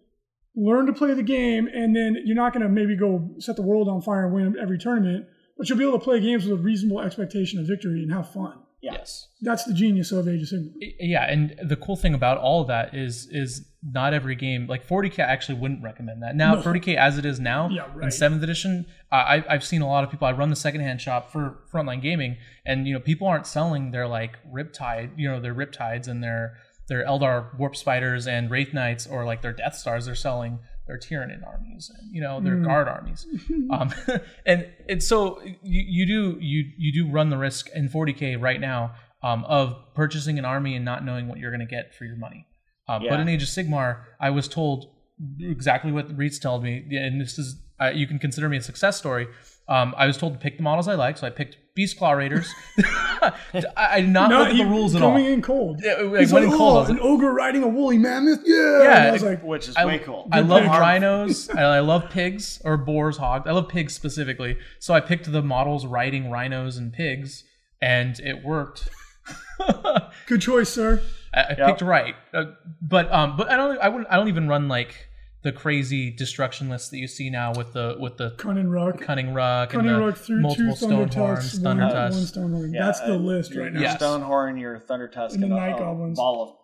Speaker 2: learn to play the game, and then you're not going to maybe go set the world on fire and win every tournament, but you'll be able to play games with a reasonable expectation of victory and have fun.
Speaker 3: Yes.
Speaker 2: That's the genius of Age of Sigmar.
Speaker 4: I- Yeah, and the cool thing about all of that is is not every game like 40k. I actually wouldn't recommend that now.
Speaker 2: No.
Speaker 4: 40k as it is now
Speaker 2: Yeah,
Speaker 4: in
Speaker 2: right.
Speaker 4: seventh edition, I, I- I've seen a lot of people. I run the secondhand shop for Frontline Gaming, and you know people aren't selling their like Riptide, you know their Riptides and their their Eldar Warp Spiders and Wraith Knights or like their Death Stars. They're selling their Tyranid armies, and, you know
Speaker 2: Mm.
Speaker 4: their Guard armies. um, and and so you, you do you you do run the risk in 40k right now um, of purchasing an army and not knowing what you're going to get for your money. Um, But
Speaker 3: Yeah.
Speaker 4: in Age of Sigmar, I was told exactly what Reeds told me, and this is uh, you can consider me a success story. Um, I was told to pick the models I like, so I picked Beast Claw Raiders. I, I did not look at
Speaker 2: he-
Speaker 4: the rules at all.
Speaker 2: coming in cold.
Speaker 4: Yeah, it- it
Speaker 2: He's
Speaker 4: went
Speaker 2: like,
Speaker 4: in cold. I
Speaker 2: "Oh,
Speaker 4: was
Speaker 2: an
Speaker 4: like-
Speaker 2: ogre riding a woolly mammoth. Yeah.
Speaker 4: Yeah,
Speaker 2: And I was like,
Speaker 3: Which is
Speaker 4: I-
Speaker 3: way cool.
Speaker 4: I love
Speaker 2: pick.
Speaker 4: rhinos. I, I love pigs or boars, hogs. I love pigs specifically. So I picked the models riding rhinos and pigs, and it worked. I,
Speaker 2: good choice, sir.
Speaker 4: I picked right, uh, but um, but I don't. I wouldn't. I don't even run like the crazy destruction lists that you see now with the with the
Speaker 2: Cunning Rock.
Speaker 4: cunning ruck
Speaker 2: Cunning
Speaker 4: and the
Speaker 2: Rock through two
Speaker 4: multiple
Speaker 2: Thunder
Speaker 4: stone
Speaker 2: Tusks,
Speaker 4: horns,
Speaker 2: one,
Speaker 4: thunder
Speaker 2: one
Speaker 4: tusks.
Speaker 2: Stone Horn.
Speaker 3: Yeah,
Speaker 2: That's the
Speaker 3: uh,
Speaker 2: list right now.
Speaker 3: Your
Speaker 4: Yes.
Speaker 3: Stonehorn, your Thunder Tusk,
Speaker 2: And
Speaker 3: and,
Speaker 2: the
Speaker 3: a-
Speaker 2: Night
Speaker 3: a
Speaker 2: Goblins.
Speaker 3: ball of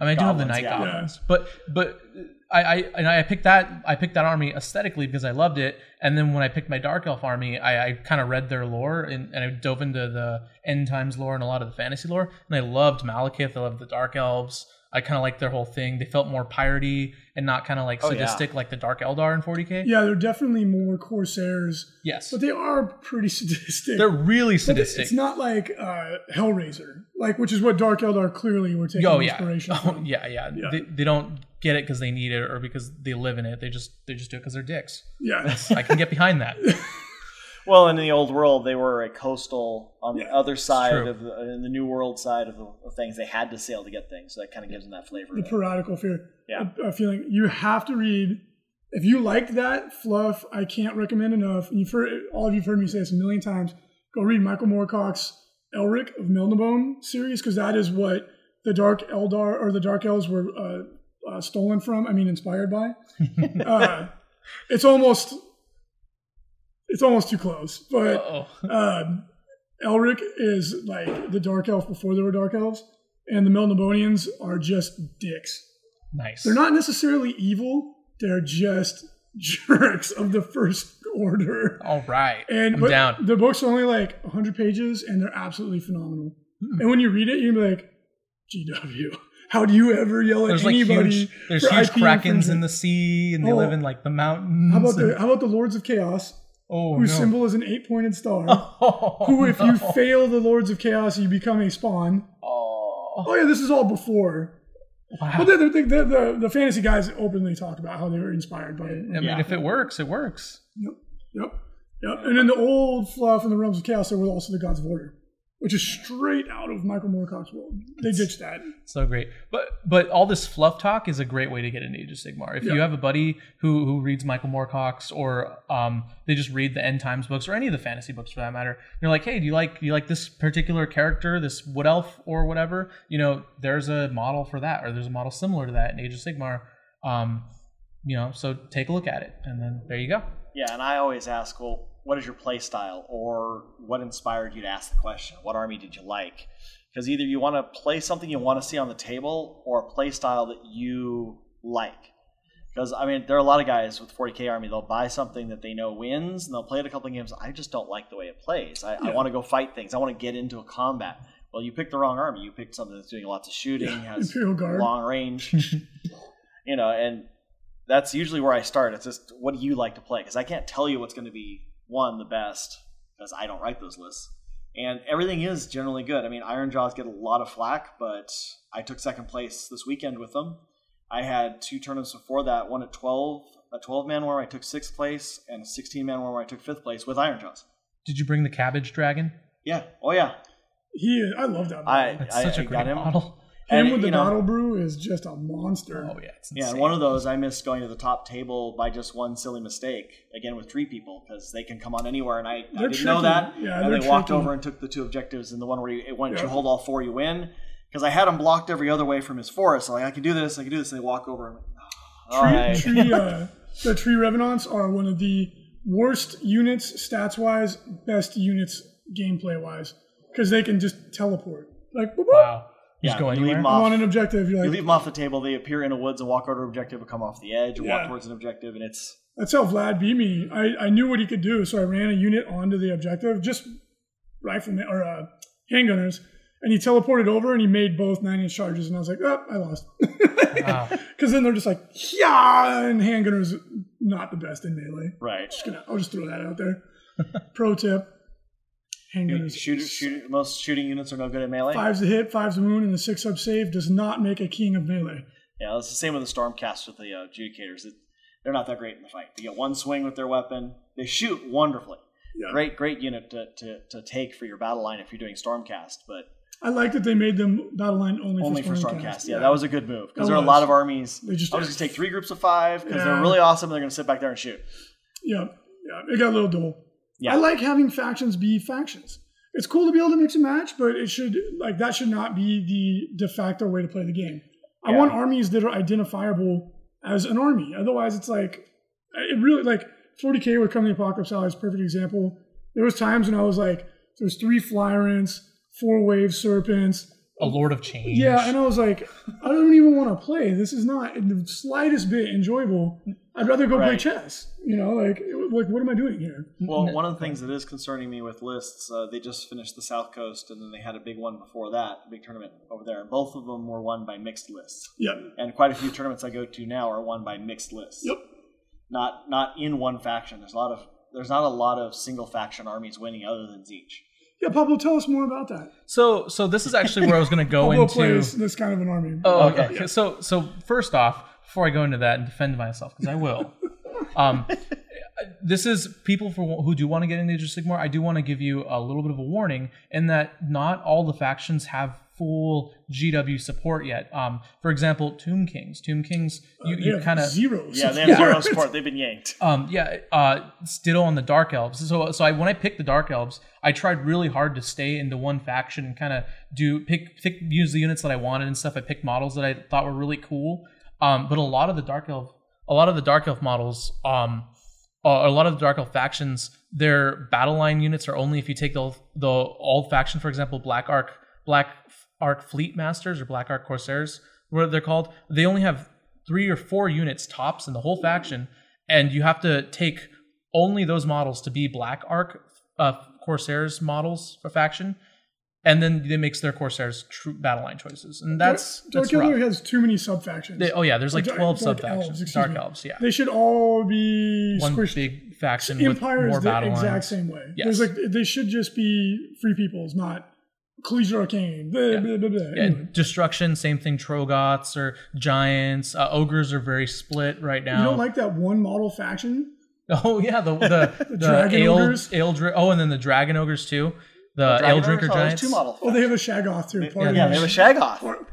Speaker 4: I mean, I do have the
Speaker 3: Goblins,
Speaker 4: night
Speaker 3: yeah.
Speaker 4: goblins, but but I, I and I picked that I picked that army aesthetically because I loved it, and then when I picked my dark elf army, I, I kind of read their lore and, and I dove into the end times lore and a lot of the fantasy lore, and I loved Malekith, I loved the dark elves. I kind of liked their whole thing. They felt more piratey and not kind of like
Speaker 3: Oh, yeah.
Speaker 4: sadistic like the Dark Eldar in 40k.
Speaker 2: Yeah, they're definitely more Corsairs,
Speaker 4: Yes,
Speaker 2: but they are pretty sadistic.
Speaker 4: they're really
Speaker 2: But th-
Speaker 4: sadistic.
Speaker 2: It's not like uh, Hellraiser, like which is what Dark Eldar clearly were taking
Speaker 4: oh yeah,
Speaker 2: inspiration
Speaker 4: oh,
Speaker 2: from.
Speaker 4: yeah, yeah.
Speaker 2: Yeah.
Speaker 4: They, they don't get it because they need it or because they live in it. They just they just do it because they're dicks.
Speaker 2: Yeah.
Speaker 4: I can get behind that.
Speaker 3: Well, in the old world, they were a coastal on the
Speaker 2: Yeah,
Speaker 3: other side
Speaker 4: true.
Speaker 3: of the, in the new world side of the of things. They had to sail to get things, so that kind of gives them that flavor.
Speaker 2: the
Speaker 3: of-
Speaker 2: piratical fear.
Speaker 3: Yeah.
Speaker 2: A, a feeling you have to read. If you liked that fluff, I can't recommend enough. And you've heard all of you've heard me say this a million times. Go read Michael Moorcock's Elric of Melnibone series because that is what the Dark Eldar or the Dark Elves were uh, uh, stolen from. I mean, inspired by. uh, it's almost it's almost too close, but
Speaker 4: Oh.
Speaker 2: um, Elric is like the Dark Elf before there were Dark Elves, and the Melnibonians are just dicks.
Speaker 4: Nice.
Speaker 2: They're not necessarily evil; they're just jerks of the first order.
Speaker 4: All right.
Speaker 2: And
Speaker 4: I'm
Speaker 2: but
Speaker 4: down.
Speaker 2: the book's only like 100 pages, and they're absolutely phenomenal.
Speaker 4: Hmm.
Speaker 2: And when you read it, you're gonna be like, "GW, how do you ever yell at
Speaker 4: There's like
Speaker 2: anybody?"
Speaker 4: huge, there's
Speaker 2: for
Speaker 4: huge
Speaker 2: IP
Speaker 4: krakens in
Speaker 2: infringement?"
Speaker 4: the sea, and they
Speaker 2: Oh.
Speaker 4: live in like the mountains.
Speaker 2: How about
Speaker 4: and-
Speaker 2: the How about the Lords of Chaos,
Speaker 4: oh,
Speaker 2: whose
Speaker 4: no.
Speaker 2: symbol is an eight-pointed star?
Speaker 4: Oh,
Speaker 2: who, if you
Speaker 4: no.
Speaker 2: fail the Lords of Chaos, you become a spawn.
Speaker 4: Oh,
Speaker 2: Oh yeah, this is all before.
Speaker 4: wow.
Speaker 2: But the, the, the, the, the fantasy guys openly talk about how they were inspired by it.
Speaker 4: I mean,
Speaker 3: Yeah.
Speaker 4: if it works, it works.
Speaker 2: Yep. Yep. Yep. And in the old fluff in the realms of chaos, there were also the gods of order, which is straight out of Michael Moorcock's world. They ditched that.
Speaker 4: So great, but but all this fluff talk is a great way to get into Age of Sigmar. If you
Speaker 2: Yeah.
Speaker 4: have a buddy who who reads Michael Moorcock's or um they just read the End Times books or any of the fantasy books for that matter, and you're like, hey, do you like do you like this particular character, this wood elf or whatever? You know, there's a model for that, or there's a model similar to that in Age of Sigmar. Um, you know, so take a look at it, and then there you go.
Speaker 3: Yeah, and I always ask, well, what is your play style, or what inspired you to ask the question? What army did you like? Because either you want to play something you want to see on the table, or a play style that you like. Because I mean, there are a lot of guys with 40k army. They'll buy something that they know wins, and they'll play it a couple of games. I just don't like the way it plays. I, I want to go fight things. I want to get into a combat. Well, you picked the wrong army. You picked something that's doing lots of shooting, has
Speaker 2: Imperial Guard.
Speaker 3: long range. you know, and that's usually where I start. It's just what do you like to play? Because I can't tell you what's going to be one the best because I don't write those lists. And everything is generally good. I mean, Iron Jaws get a lot of flack, but I took second place this weekend with them. I had two tournaments before that, one at 12, a 12 man war where I took sixth place, and a 16 man war where I took fifth place with Iron Jaws.
Speaker 4: Did you bring the cabbage dragon?
Speaker 3: Yeah. Oh, yeah.
Speaker 2: He, I love that.
Speaker 3: I,
Speaker 4: That's
Speaker 3: I,
Speaker 4: such a
Speaker 3: I
Speaker 4: great
Speaker 3: got him.
Speaker 4: model.
Speaker 2: Him
Speaker 3: And,
Speaker 2: with the
Speaker 3: you know-
Speaker 2: bottle brew is just a monster.
Speaker 4: Oh yeah, it's
Speaker 3: Yeah,
Speaker 4: insane.
Speaker 3: and one of those I missed going to the top table by just one silly mistake. Again, with three people because they can come on anywhere, and I, I
Speaker 2: They're
Speaker 3: didn't know that.
Speaker 2: tricky. Yeah,
Speaker 3: and they
Speaker 2: they're
Speaker 3: walked
Speaker 2: tricky.
Speaker 3: over and took the two objectives, and the one where you, once
Speaker 2: Yeah.
Speaker 3: you hold all four, you win. Because I had him blocked every other way from his forest. So like I can do this, I can do this. And they walk over. And, oh, all
Speaker 2: Tree,
Speaker 3: right.
Speaker 2: tree, uh, the tree revenants are one of the worst units stats wise, best units gameplay wise, because they can just teleport. Like, boop, boop.
Speaker 4: wow. Just
Speaker 3: Yeah,
Speaker 4: go
Speaker 3: you leave
Speaker 4: anywhere.
Speaker 3: them
Speaker 2: I'm
Speaker 3: off.
Speaker 2: on an objective. You're
Speaker 3: You
Speaker 2: like,
Speaker 3: leave them off the table. They appear in a woods and walk over to an objective, or come off the edge, or
Speaker 2: Yeah.
Speaker 3: walk towards an objective, and it's
Speaker 2: That's how Vlad beat me. I, I knew what he could do, so I ran a unit onto the objective, just riflemen or uh, handgunners, and he teleported over and he made both nine inch charges, and I was like, oh, I lost.
Speaker 4: Wow.
Speaker 2: Because then they're just like, yeah, and handgunners not the best in melee.
Speaker 3: right.
Speaker 2: Just gonna, I'll just throw that out there. Pro tip: handgunners.
Speaker 3: Shoot, shoot, most shooting units are no good at melee.
Speaker 2: Five's the hit, five's the wound, and the six up save does not make a king of melee.
Speaker 3: Yeah, it's the same with the Stormcast with the uh, Adjudicators. It, they're not that great in the fight. They get one swing with their weapon. They shoot wonderfully.
Speaker 2: Yeah.
Speaker 3: Great, great unit to, to, to take for your battle line if you're doing Stormcast, but
Speaker 2: I like that they made them battle line only,
Speaker 3: only for Stormcast. Yeah, that was a good move
Speaker 2: That
Speaker 3: because there are a
Speaker 2: was.
Speaker 3: lot of armies.
Speaker 2: They just-
Speaker 3: I was going to take three groups of five because
Speaker 2: Yeah.
Speaker 3: they're really awesome. and They're going to sit back there and shoot.
Speaker 2: yeah, yeah. It got a little dull.
Speaker 3: Yeah,
Speaker 2: I like having factions be factions. It's cool to be able to mix and match, but it should like that should not be the de facto way to play the game. I
Speaker 3: Yeah.
Speaker 2: want armies that are identifiable as an army. Otherwise, it's like it really like 40k would come the apocalypse ally is a perfect example. There was times when I was like, there's three flyrants, four wave serpents.
Speaker 4: a Lord of Change.
Speaker 2: Yeah, and I was like, I don't even want to play. This is not in the slightest bit enjoyable. I'd rather go play
Speaker 3: Right.
Speaker 2: chess. You know, like it- like what am I doing here?
Speaker 3: Well, one of the things that is concerning me with lists, uh, they just finished the South Coast, and then they had a big one before that, a big tournament over there. And both of them were won by mixed lists,
Speaker 2: Yeah.
Speaker 3: and quite a few tournaments I go to now are won by mixed lists.
Speaker 2: Yep.
Speaker 3: Not not in one faction. There's a lot of there's not a lot of single faction armies winning other than Zeech.
Speaker 2: Yeah, Pablo, tell us more about that.
Speaker 4: So so this is actually where I was going to go
Speaker 2: Pablo
Speaker 4: into.
Speaker 2: plays this kind of an army.
Speaker 4: Oh,
Speaker 3: Okay.
Speaker 4: okay. So, so first off, before I go into that and defend myself, because I will, um, this is people for who do want to get into Age of Sigmar. I do want to give you a little bit of a warning in that not all the factions have full GW support yet. Um, for example, Tomb Kings. Tomb Kings, you,
Speaker 2: They
Speaker 4: you
Speaker 2: have
Speaker 4: kind of
Speaker 2: zero.
Speaker 3: Yeah, they have
Speaker 2: support.
Speaker 3: zero support. They've been yanked.
Speaker 4: um, yeah, uh, Stittle on the Dark Elves. So, so I, when I picked the Dark Elves, I tried really hard to stay into one faction and kind of do pick, pick, use the units that I wanted and stuff. I picked models that I thought were really cool. Um, but a lot of the Dark Elf, a lot of the Dark Elf models, um, uh, a lot of the Dark Elf factions, their battle line units are only if you take the the old faction, for example, Black Arc, Black Arc Fleet Masters or Black Arc Corsairs, what they're called. They only have three or four units tops in the whole faction, and you have to take only those models to be Black Arc uh, Corsairs models for faction, and then it makes their Corsairs true battle line choices, and that's
Speaker 2: Dark
Speaker 4: that's rough.
Speaker 2: Elder has too many subfactions.
Speaker 4: They- oh yeah, there's like
Speaker 2: Dark-
Speaker 4: twelve
Speaker 2: Dark
Speaker 4: sub
Speaker 2: Elves,
Speaker 4: factions,
Speaker 2: excuse
Speaker 4: Dark
Speaker 2: me.
Speaker 4: Elves, yeah.
Speaker 2: They should all be
Speaker 4: One
Speaker 2: squished.
Speaker 4: big faction with
Speaker 2: Empire
Speaker 4: more
Speaker 2: is the
Speaker 4: battle
Speaker 2: exact
Speaker 4: lines.
Speaker 2: same way.
Speaker 4: Yes.
Speaker 2: There's like they should just be free peoples, not collegiate arcane. Blah, blah, blah, blah.
Speaker 4: Yeah,
Speaker 2: Anyway.
Speaker 4: destruction, same thing. Trogoths or giants. Uh, ogres are very split right now.
Speaker 2: You don't like that one model faction?
Speaker 4: oh yeah, the the, the,
Speaker 2: dragon
Speaker 4: ale,
Speaker 2: ogres?
Speaker 4: ale dri- Oh, and then the dragon ogres too. The ale
Speaker 3: Dragon
Speaker 4: drinker
Speaker 3: Ogres? Oh, there's
Speaker 4: giants.
Speaker 3: Two model.
Speaker 2: Oh, they have a Shagoth too. Pardon
Speaker 3: yeah,
Speaker 2: me.
Speaker 3: they have a Shagoth.
Speaker 2: Par-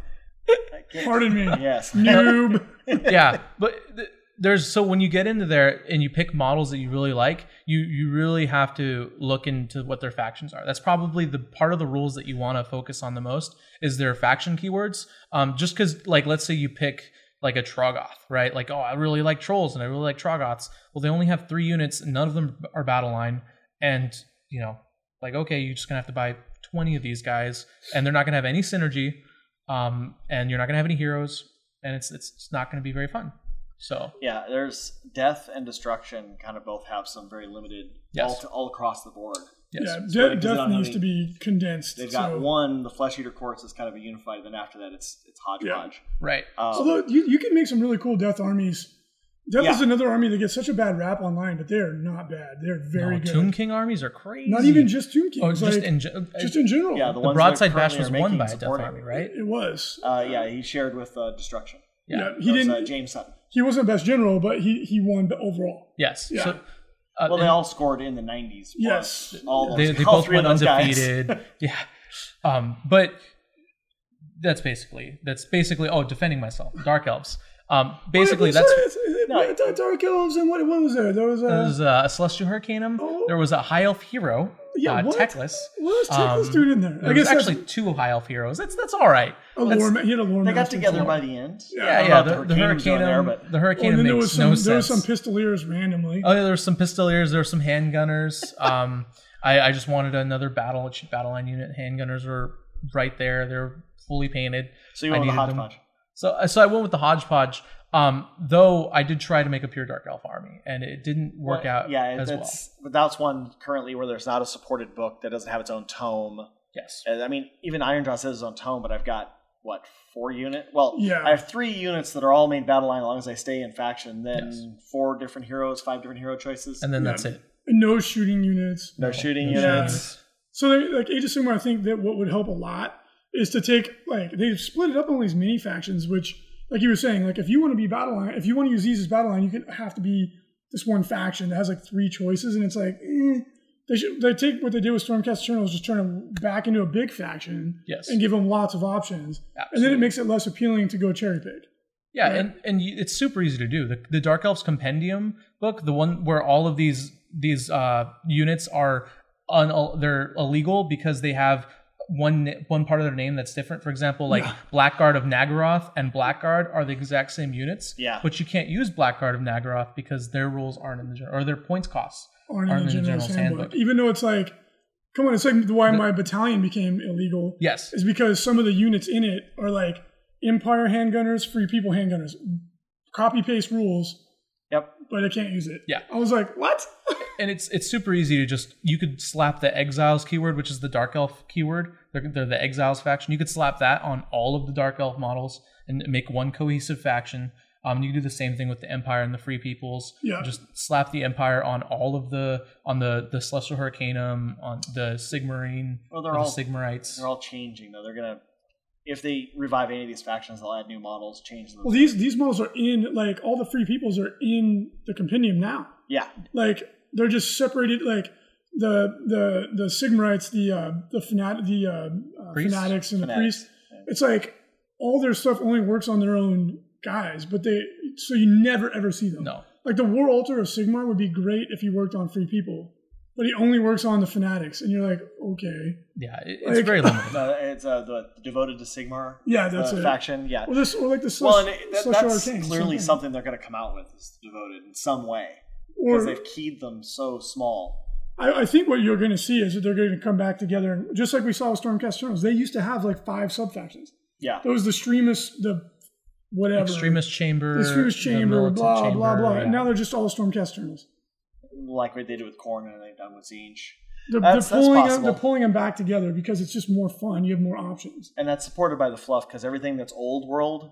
Speaker 2: Pardon me.
Speaker 3: Yes.
Speaker 2: Noob.
Speaker 4: yeah, but th- there's so when you get into there and you pick models that you really like, you you really have to look into what their factions are. That's probably the part of the rules that you want to focus on the most is their faction keywords. Um, just because like let's say you pick like a Trogoth, right? Like oh, I really like trolls and I really like Trogoths. Well, they only have three units, and none of them are battle line, and you know, like okay, you're just gonna have to buy twenty of these guys, and they're not gonna have any synergy. Um, and you're not gonna have any heroes, and it's it's, it's not going to be very fun. So
Speaker 3: Yeah, there's death and destruction. Kind of both have some very limited
Speaker 4: Yes.
Speaker 3: all, all across the board.
Speaker 4: yes,
Speaker 2: Yeah,
Speaker 3: It's
Speaker 2: de-
Speaker 3: funny 'cause they
Speaker 2: death
Speaker 3: don't have
Speaker 2: needs
Speaker 3: any-
Speaker 2: to be condensed.
Speaker 3: They've got
Speaker 2: so-
Speaker 3: one, the Flesh Eater Courts is kind of a unified. Then after that, it's it's hodgepodge.
Speaker 4: right.
Speaker 3: Um,
Speaker 2: Although you, you can make some really cool death armies. Death
Speaker 3: Yeah.
Speaker 2: is another army that gets such a bad rap online, but they are not bad. They're very
Speaker 4: no,
Speaker 2: good.
Speaker 4: Tomb King armies are crazy.
Speaker 2: Not even just Tomb Kings.
Speaker 4: oh, just
Speaker 2: like,
Speaker 4: in gen-
Speaker 2: just in general.
Speaker 3: yeah, the,
Speaker 4: the
Speaker 3: ones
Speaker 4: broadside
Speaker 3: that are
Speaker 4: bash
Speaker 3: currently are
Speaker 4: was won
Speaker 3: making
Speaker 4: by a death
Speaker 3: supporting.
Speaker 4: army, right?
Speaker 2: it was.
Speaker 3: Uh, yeah, he shared with uh, destruction.
Speaker 4: Yeah.
Speaker 2: Yeah, he
Speaker 3: He was,
Speaker 2: didn't.
Speaker 3: uh, James Sutton.
Speaker 2: he wasn't best general, but he he won the overall.
Speaker 4: Yes.
Speaker 2: Yeah.
Speaker 4: So, uh,
Speaker 3: Well, they all scored in the '90s. for
Speaker 2: Yes.
Speaker 3: us. all
Speaker 4: they,
Speaker 3: those,
Speaker 4: they
Speaker 3: all
Speaker 4: both
Speaker 3: three of
Speaker 4: went
Speaker 3: those guys.
Speaker 4: undefeated. yeah. Um, but that's basically that's basically oh defending myself. Dark elves. Um, basically
Speaker 2: Well,
Speaker 4: that's
Speaker 2: it's- it's- it's- it's Dark Elves and what, what was there? There was a.
Speaker 4: there was uh, a celestial hurricanum. There was a high elf hero.
Speaker 2: Yeah,
Speaker 4: uh,
Speaker 2: what?
Speaker 4: Teclis.
Speaker 2: what was Teclis
Speaker 4: um,
Speaker 2: dude in there?
Speaker 4: There was actually two high elf heroes. That's that's all right.
Speaker 2: a lore, ma- he had a lore
Speaker 3: They got
Speaker 2: master.
Speaker 3: together by the end.
Speaker 4: Yeah, yeah. The, the hurricane, um,
Speaker 3: there, but
Speaker 4: the
Speaker 2: Oh, and
Speaker 4: hurricane
Speaker 2: then there
Speaker 4: makes
Speaker 2: was some,
Speaker 4: no
Speaker 2: there was
Speaker 4: sense.
Speaker 2: some pistoliers randomly.
Speaker 4: oh, yeah, there was some pistoliers. There were some handgunners. Um, I, I just wanted another battle battle line unit. Handgunners were right there. They're fully painted.
Speaker 3: so you
Speaker 4: I
Speaker 3: want the
Speaker 4: needed them.
Speaker 3: hodgepodge.
Speaker 4: So so I went with the hodgepodge. Um, though I did try to make a pure dark elf army, and it didn't work
Speaker 3: Well,
Speaker 4: out.
Speaker 3: Yeah,
Speaker 4: as well.
Speaker 3: that's but that's one currently where there's not a supported book that doesn't have its own tome.
Speaker 4: Yes.
Speaker 3: And, I mean, even Iron Jaw says its own tome, but I've got what four unit? Well,
Speaker 2: Yeah.
Speaker 3: I have three units that are all main battle line as long as I stay in faction. Then
Speaker 4: Yes.
Speaker 3: four different heroes, five different hero choices.
Speaker 4: And then
Speaker 2: Yeah.
Speaker 4: that's it.
Speaker 2: no shooting units.
Speaker 3: no shooting
Speaker 2: Yeah.
Speaker 3: units.
Speaker 2: So, they, like Age of Sigmar, I think that what would help a lot is to take like they've split it up in all these mini factions. Which, like you were saying, like if you want to be battle line, if you want to use these as battle line, you could have to be this one faction that has like three choices, and it's like eh. they should they take what they did with Stormcast Eternal is just turn them back into a big faction
Speaker 4: Yes.
Speaker 2: and give them lots of options, and then it makes it less appealing to go cherry pick.
Speaker 4: Yeah,
Speaker 2: Right.
Speaker 4: and and you, it's super easy to do. The, the Dark Elves Compendium book, the one where all of these these uh, units are un, uh, they're illegal because they have one one part of their name that's different. For example, like Blackguard of Nagaroth and Blackguard are the exact same units.
Speaker 3: Yeah.
Speaker 4: but you can't use Blackguard of Nagaroth because their rules aren't in the gen- or their points costs.
Speaker 2: Aren't
Speaker 4: Aren't
Speaker 2: in the general's handbook.
Speaker 4: handbook.
Speaker 2: even though it's like, come on, it's like why my battalion became illegal.
Speaker 4: Yes,
Speaker 2: is because some of the units in it are like Empire handgunners, Free People handgunners, copy paste rules,
Speaker 3: Yep.
Speaker 2: but I can't use it.
Speaker 4: Yeah.
Speaker 2: I was like, what?
Speaker 4: and it's it's super easy to just you could slap the exiles keyword which is the dark elf keyword they're, they're the exiles faction you could slap that on all of the dark elf models and make one cohesive faction um, you could do the same thing with the empire and the free peoples
Speaker 2: Yeah.
Speaker 4: just slap the empire on all of the on the the celestial hurricanum on the sigmarine
Speaker 3: Well, they're
Speaker 4: or
Speaker 3: all-
Speaker 4: the sigmarites
Speaker 3: They're all changing though. They're gonna if they revive any of these factions, they'll add new models, change them.
Speaker 2: Well, these these models are in like all the Free Peoples are in the compendium now.
Speaker 3: yeah,
Speaker 2: Like they're just separated. Like the the the Sigmarites, the uh, the fanat the uh, uh,
Speaker 4: Priests?
Speaker 2: fanatics and the
Speaker 3: Fanatics,
Speaker 2: priests. It's like all their stuff only works on their own guys, but they so you never ever see them.
Speaker 4: no
Speaker 2: Like the War Altar of Sigmar would be great if he worked on Free People, but he only works on the Fanatics, and you're like, okay,
Speaker 4: yeah it- it's
Speaker 2: Like-
Speaker 4: very limited
Speaker 3: no, it's uh, the devoted to Sigmar.
Speaker 2: Yeah, that's
Speaker 3: the
Speaker 2: it.
Speaker 3: faction. Yeah,
Speaker 2: or this, or like the
Speaker 3: Well,
Speaker 2: Celestial
Speaker 3: and it, that,
Speaker 2: Celestial
Speaker 3: that's
Speaker 2: Arcane,
Speaker 3: clearly
Speaker 2: same
Speaker 3: something they're going to come out with is devoted in some way
Speaker 2: thing.
Speaker 3: because
Speaker 2: Or
Speaker 3: they've keyed them so small.
Speaker 2: I, I think what you're going to see is that they're going to come back together, and just like we saw with Stormcast Eternals, they used to have like five subfactions.
Speaker 3: Yeah,
Speaker 2: There was the Streamus, the whatever,
Speaker 4: extremist chamber
Speaker 2: the Extremis
Speaker 4: the
Speaker 2: Chamber,
Speaker 4: militant
Speaker 2: blah blah
Speaker 4: chamber,
Speaker 2: blah.
Speaker 4: yeah.
Speaker 2: And now they're just all Stormcast Eternals.
Speaker 3: like what they did with Korn and they've done with Zinj,
Speaker 2: They're, they're
Speaker 3: That's- that's
Speaker 2: pulling them,
Speaker 3: possible.
Speaker 2: they're pulling them back together because it's just more fun. You have more options.
Speaker 3: and that's supported by the fluff because everything that's old world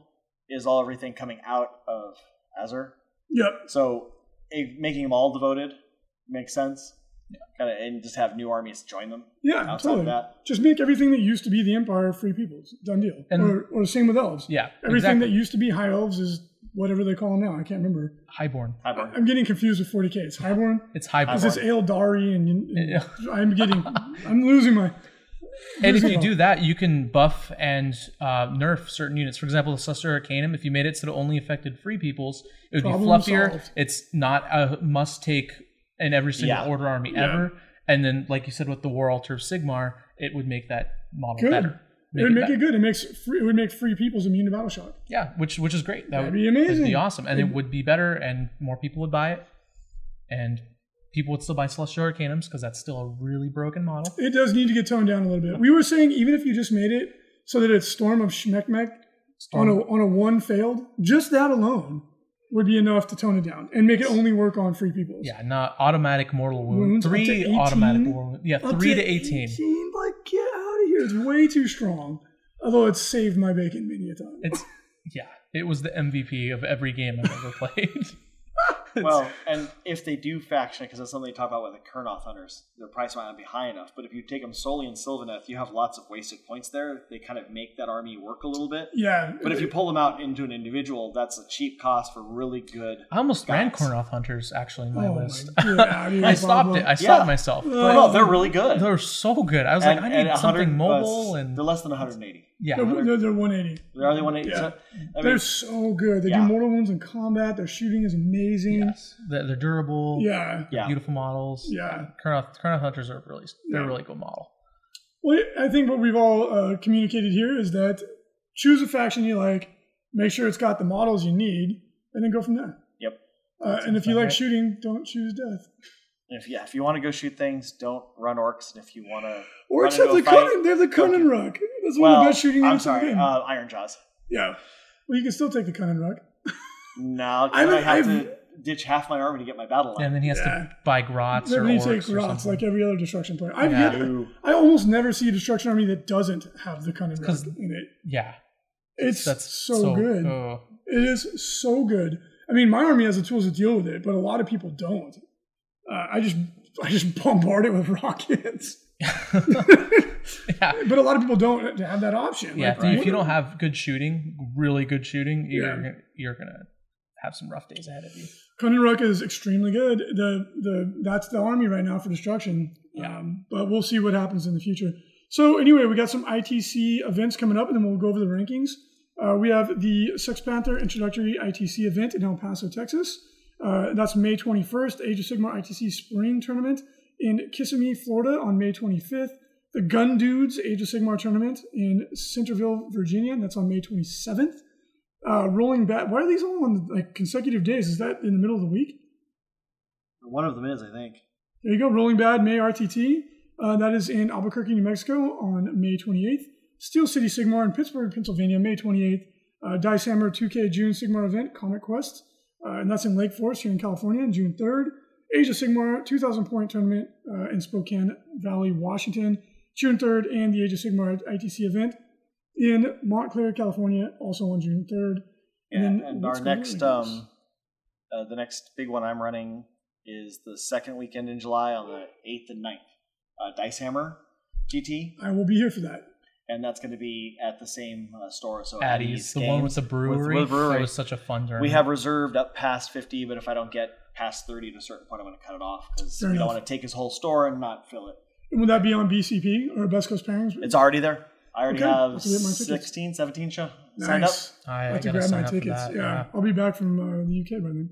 Speaker 3: is all everything coming out of Azure.
Speaker 2: Yep.
Speaker 3: So eh, making them all devoted makes sense. Kind of, and just have new armies join them.
Speaker 2: Yeah,
Speaker 3: Outside of
Speaker 2: totally.
Speaker 3: that-
Speaker 2: Just make everything that used to be the Empire free peoples. Done deal.
Speaker 4: And-
Speaker 2: or, or same with elves.
Speaker 4: yeah
Speaker 2: Everything
Speaker 4: exactly.
Speaker 2: that used to be high elves is whatever they call them now. I can't remember.
Speaker 4: highborn
Speaker 3: Highborn.
Speaker 2: I'm getting confused with 40k. It's Highborn.
Speaker 4: it's highborn
Speaker 2: Is this Aeldari? And,
Speaker 4: Yeah.
Speaker 2: and I'm getting, I'm losing my.
Speaker 4: And if
Speaker 2: Losing
Speaker 4: you
Speaker 2: my-
Speaker 4: do that, you can buff and uh, nerf certain units. For example, the Celestial Arcanum, if you made it so it only affected free peoples, it would
Speaker 2: Problem
Speaker 4: be fluffier.
Speaker 2: solved.
Speaker 4: It's not a must take in every single
Speaker 3: Yeah.
Speaker 4: order army
Speaker 2: Yeah.
Speaker 4: ever. And then, like you said, with the War Altar of Sigmar, it would make that model
Speaker 2: Good.
Speaker 4: better.
Speaker 2: It would make
Speaker 4: better.
Speaker 2: it good. It makes free, it would make free peoples immune to battle shock.
Speaker 4: Yeah, which which is great. That
Speaker 2: That'd
Speaker 4: would
Speaker 2: be amazing.
Speaker 4: that'd be awesome. And it would be better, and more people would buy it. And people would still buy Celestial Arcanums because that's still a really broken model.
Speaker 2: It does need to get toned down a little bit. We were saying even if you just made it so that it's Storm of Schmeckmech on a on a one failed, just that alone would be enough to tone it down and make it only work on free peoples.
Speaker 4: Yeah, not automatic mortal wound.
Speaker 2: Wounds up to
Speaker 4: three
Speaker 2: 18?
Speaker 4: automatic mortal wound. Yeah,
Speaker 2: Up
Speaker 4: three to eighteen.
Speaker 2: 18, like, get out of here. It's way too strong. Although it saved my bacon many a time.
Speaker 4: It's yeah. It was the MVP of every game I've ever played.
Speaker 3: Well, and if they do faction it, because that's something they talk about with the Kurnoth hunters, their price might not be high enough. But if you take them solely in Sylvaneth, you have lots of wasted points there. They kind of make that army work a little bit.
Speaker 2: Yeah.
Speaker 3: But if you pull them out into an individual, that's a cheap cost for really good.
Speaker 4: I almost ran
Speaker 3: Guys.
Speaker 4: Kornoth Hunters actually in my
Speaker 2: Oh my
Speaker 4: list.
Speaker 2: God, you
Speaker 4: I stopped
Speaker 2: blah,
Speaker 4: it.
Speaker 2: blah.
Speaker 4: I stopped
Speaker 3: Yeah.
Speaker 4: myself.
Speaker 3: Well,
Speaker 4: But
Speaker 3: no, they're really good.
Speaker 4: they're so good. I was
Speaker 3: And-
Speaker 4: like, I
Speaker 3: and
Speaker 4: need
Speaker 3: 100
Speaker 4: something
Speaker 3: uh,
Speaker 4: mobile and
Speaker 3: they're less than 180.
Speaker 4: yeah.
Speaker 2: They're, they're, they're 180.
Speaker 3: They're only 180.
Speaker 2: Yeah.
Speaker 3: So, I mean,
Speaker 2: they're so good. They
Speaker 3: Yeah.
Speaker 2: do mortal wounds in combat. Their shooting is amazing.
Speaker 4: They're, they're durable.
Speaker 2: Yeah.
Speaker 4: they're
Speaker 3: Yeah.
Speaker 4: Beautiful models.
Speaker 2: Yeah.
Speaker 4: Kurnoth, Kurnoth Hunters are really they're a
Speaker 2: Yeah.
Speaker 4: really good model.
Speaker 2: Well, I think what we've all uh, communicated here is that choose a faction you like, make sure it's got the models you need, and then go from there.
Speaker 3: Yep.
Speaker 2: Uh,
Speaker 4: That
Speaker 2: and if you
Speaker 4: sounds
Speaker 2: like
Speaker 4: right.
Speaker 2: shooting, don't choose death.
Speaker 3: if yeah, if you want to go shoot things, don't run orcs. And if you want to,
Speaker 2: Or
Speaker 3: run
Speaker 2: except
Speaker 3: into a
Speaker 2: the
Speaker 3: fight,
Speaker 2: Conan. They have the Conan Rock. That's one of
Speaker 3: well,
Speaker 2: the best shooting
Speaker 3: I'm
Speaker 2: units in the
Speaker 3: sorry,
Speaker 2: game.
Speaker 3: uh, Iron Jaws.
Speaker 2: yeah. Well, you can still take the Conan Rock.
Speaker 3: No, 'cause
Speaker 2: I
Speaker 3: I
Speaker 2: would-
Speaker 3: might have
Speaker 2: I've-
Speaker 3: to ditch half my army to get my battle
Speaker 4: And
Speaker 3: line.
Speaker 4: then he has
Speaker 2: Yeah.
Speaker 4: to buy grots or
Speaker 2: Then you take
Speaker 4: orcs or
Speaker 2: Rots
Speaker 4: something.
Speaker 2: like every other destruction player. I've
Speaker 4: Yeah.
Speaker 2: yet, I almost never see a destruction army that doesn't have the Conan Rock
Speaker 4: 'Cause-
Speaker 2: in it.
Speaker 4: yeah,
Speaker 2: It's
Speaker 4: that's
Speaker 2: so, good.
Speaker 4: oh.
Speaker 2: It is so good. I mean, my army has the tools to deal with it, but a lot of people don't. Uh, I just I just bombard it with rockets.
Speaker 4: yeah,
Speaker 2: But a lot of people don't have that option.
Speaker 4: yeah.
Speaker 2: Like,
Speaker 4: dude, if
Speaker 2: what-
Speaker 4: you don't have good shooting, really good shooting, you're
Speaker 2: Yeah.
Speaker 4: gonna, you're gonna have some rough days ahead of you.
Speaker 2: Conan Rook is extremely good. The the that's the army right now for destruction.
Speaker 4: Yeah.
Speaker 2: Um, but we'll see what happens in the future. So anyway, we got some ITC events coming up, and then we'll go over the rankings. Uh, we have the Sex Panther introductory ITC event in El Paso, Texas. Uh, that's May 21st. Age of Sigmar ITC Spring Tournament in Kissimmee, Florida, on May 25th. The Gun Dudes Age of Sigmar Tournament in Centerville, Virginia. That's on May 27th uh, rolling back. Why are these all on like consecutive days? Is that in the middle of the week?
Speaker 3: One of them is, I think.
Speaker 2: There you go. Rolling Bad May RTT. Uh, that is in Albuquerque, New Mexico on May 28th. Steel City Sigmar in Pittsburgh, Pennsylvania, May 28th. Uh, Dice Hammer 2K June Sigmar event, Comic Quest. Uh, and that's in Lake Forest here in California on June 3rd. Asia Sigmar 2000 point tournament uh, in Spokane Valley, Washington, June 3rd. And the Age of Sigmar ITC event in Montclair, California, also on June 3rd.
Speaker 3: Yeah,
Speaker 2: then
Speaker 3: and,
Speaker 2: what's
Speaker 3: our
Speaker 2: going on,
Speaker 3: next,
Speaker 2: I guess?
Speaker 3: um, uh, the next big one I'm running is the second weekend in July on the eighth and 9th. Uh, Dice Hammer GT,
Speaker 2: I will be here for that.
Speaker 3: and that's going to be at the same uh, store. So
Speaker 4: Addie's, the one with the
Speaker 3: Games,
Speaker 4: brewery.
Speaker 3: with brewery.
Speaker 4: That was such a fun tournament.
Speaker 3: we have reserved up past 50 but if i don't get past 30 at a certain point i'm going to cut it off because
Speaker 2: Fair
Speaker 3: we don't
Speaker 2: enough.
Speaker 3: want to take his whole store and not fill it
Speaker 2: And would that be on BCP or Best Coast Pairings?
Speaker 3: it's already there i already
Speaker 2: Okay, I'll have
Speaker 3: have
Speaker 2: to get my tickets.
Speaker 3: 16 17 show signed up
Speaker 4: I,
Speaker 2: I'll
Speaker 4: I
Speaker 2: have to
Speaker 4: gotta
Speaker 2: grab
Speaker 4: sign
Speaker 2: my
Speaker 4: up for
Speaker 2: tickets.
Speaker 4: that.
Speaker 2: yeah.
Speaker 4: yeah.
Speaker 2: I'll be back from uh, the UK by then.